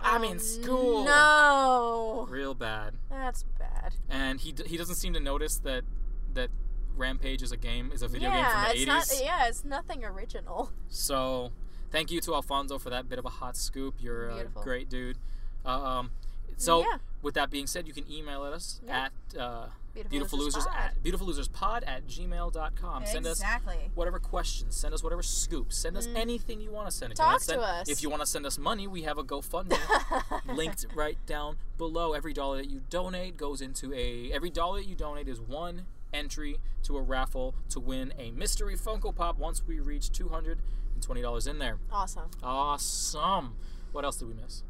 Speaker 1: I'm in school.
Speaker 2: Oh, No,
Speaker 1: Real bad
Speaker 2: that's bad.
Speaker 1: and he, d- he doesn't seem to notice that that Rampage is a game is a video
Speaker 2: yeah,
Speaker 1: game
Speaker 2: it's
Speaker 1: from the
Speaker 2: not.
Speaker 1: eighties.
Speaker 2: Yeah, it's nothing original.
Speaker 1: So thank you to Alfonso for that bit of a hot scoop. You're
Speaker 2: Beautiful.
Speaker 1: a great dude. Uh, um, so
Speaker 2: yeah,
Speaker 1: with that being said, you can email at us
Speaker 2: Yeah.
Speaker 1: at uh,
Speaker 2: beautiful,
Speaker 1: beautiful losers
Speaker 2: Pod.
Speaker 1: at beautifulloserspod at gmail.com. Send us
Speaker 3: exactly.
Speaker 1: whatever questions, send us whatever scoops, send us
Speaker 2: Mm.
Speaker 1: anything you want to send. If you
Speaker 2: Talk
Speaker 1: wanna
Speaker 2: to
Speaker 1: send-
Speaker 2: us.
Speaker 1: If you want to send us money, we have a GoFundMe linked right down below. Every dollar that you donate goes into a. Every dollar that you donate is one entry to a raffle to win a mystery Funko Pop once we reach two hundred and twenty dollars in there.
Speaker 2: awesome.
Speaker 1: Awesome. What else did we miss?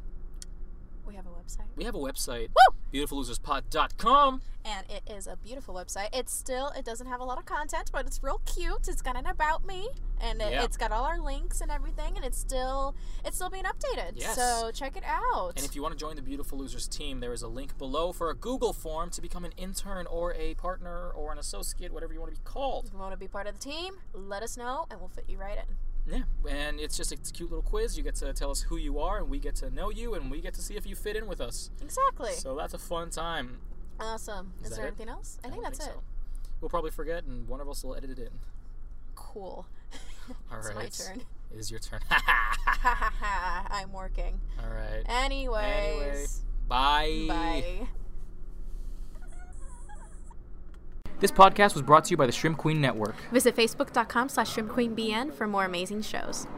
Speaker 2: We have a website.
Speaker 1: We have a website.
Speaker 2: Woo!
Speaker 1: BeautifulLosersPod.com.
Speaker 2: and it is a beautiful website. It's still it doesn't have a lot of content, but it's real cute. It's got an about me, and it,
Speaker 1: Yeah.
Speaker 2: it's got all our links and everything, and it's still it's still being updated.
Speaker 1: Yes.
Speaker 2: So check it out.
Speaker 1: And if you want to join the Beautiful Losers team, there is a link below for a Google form to become an intern or a partner or an associate, whatever you want to be called.
Speaker 2: If you want to be part of the team, let us know, and we'll fit you right in.
Speaker 1: Yeah, and it's just a cute little quiz. You get to tell us who you are, and we get to know you, and we get to see if you fit in with us.
Speaker 2: Exactly.
Speaker 1: So that's a fun time.
Speaker 2: awesome. Is,
Speaker 1: Is that
Speaker 2: there
Speaker 1: it?
Speaker 2: anything else? I,
Speaker 1: don't
Speaker 2: think that's it.
Speaker 1: so. We'll probably forget, and one of us will edit it in.
Speaker 2: Cool.
Speaker 1: All
Speaker 2: it's my
Speaker 1: right.
Speaker 2: turn.
Speaker 1: It is your turn.
Speaker 2: Ha ha ha! I'm working.
Speaker 1: All right.
Speaker 2: Anyways,
Speaker 1: Bye.
Speaker 2: bye.
Speaker 1: This podcast was brought to you by the Shrimp Queen Network.
Speaker 2: Visit facebook.com slash shrimpqueenbn for more amazing shows.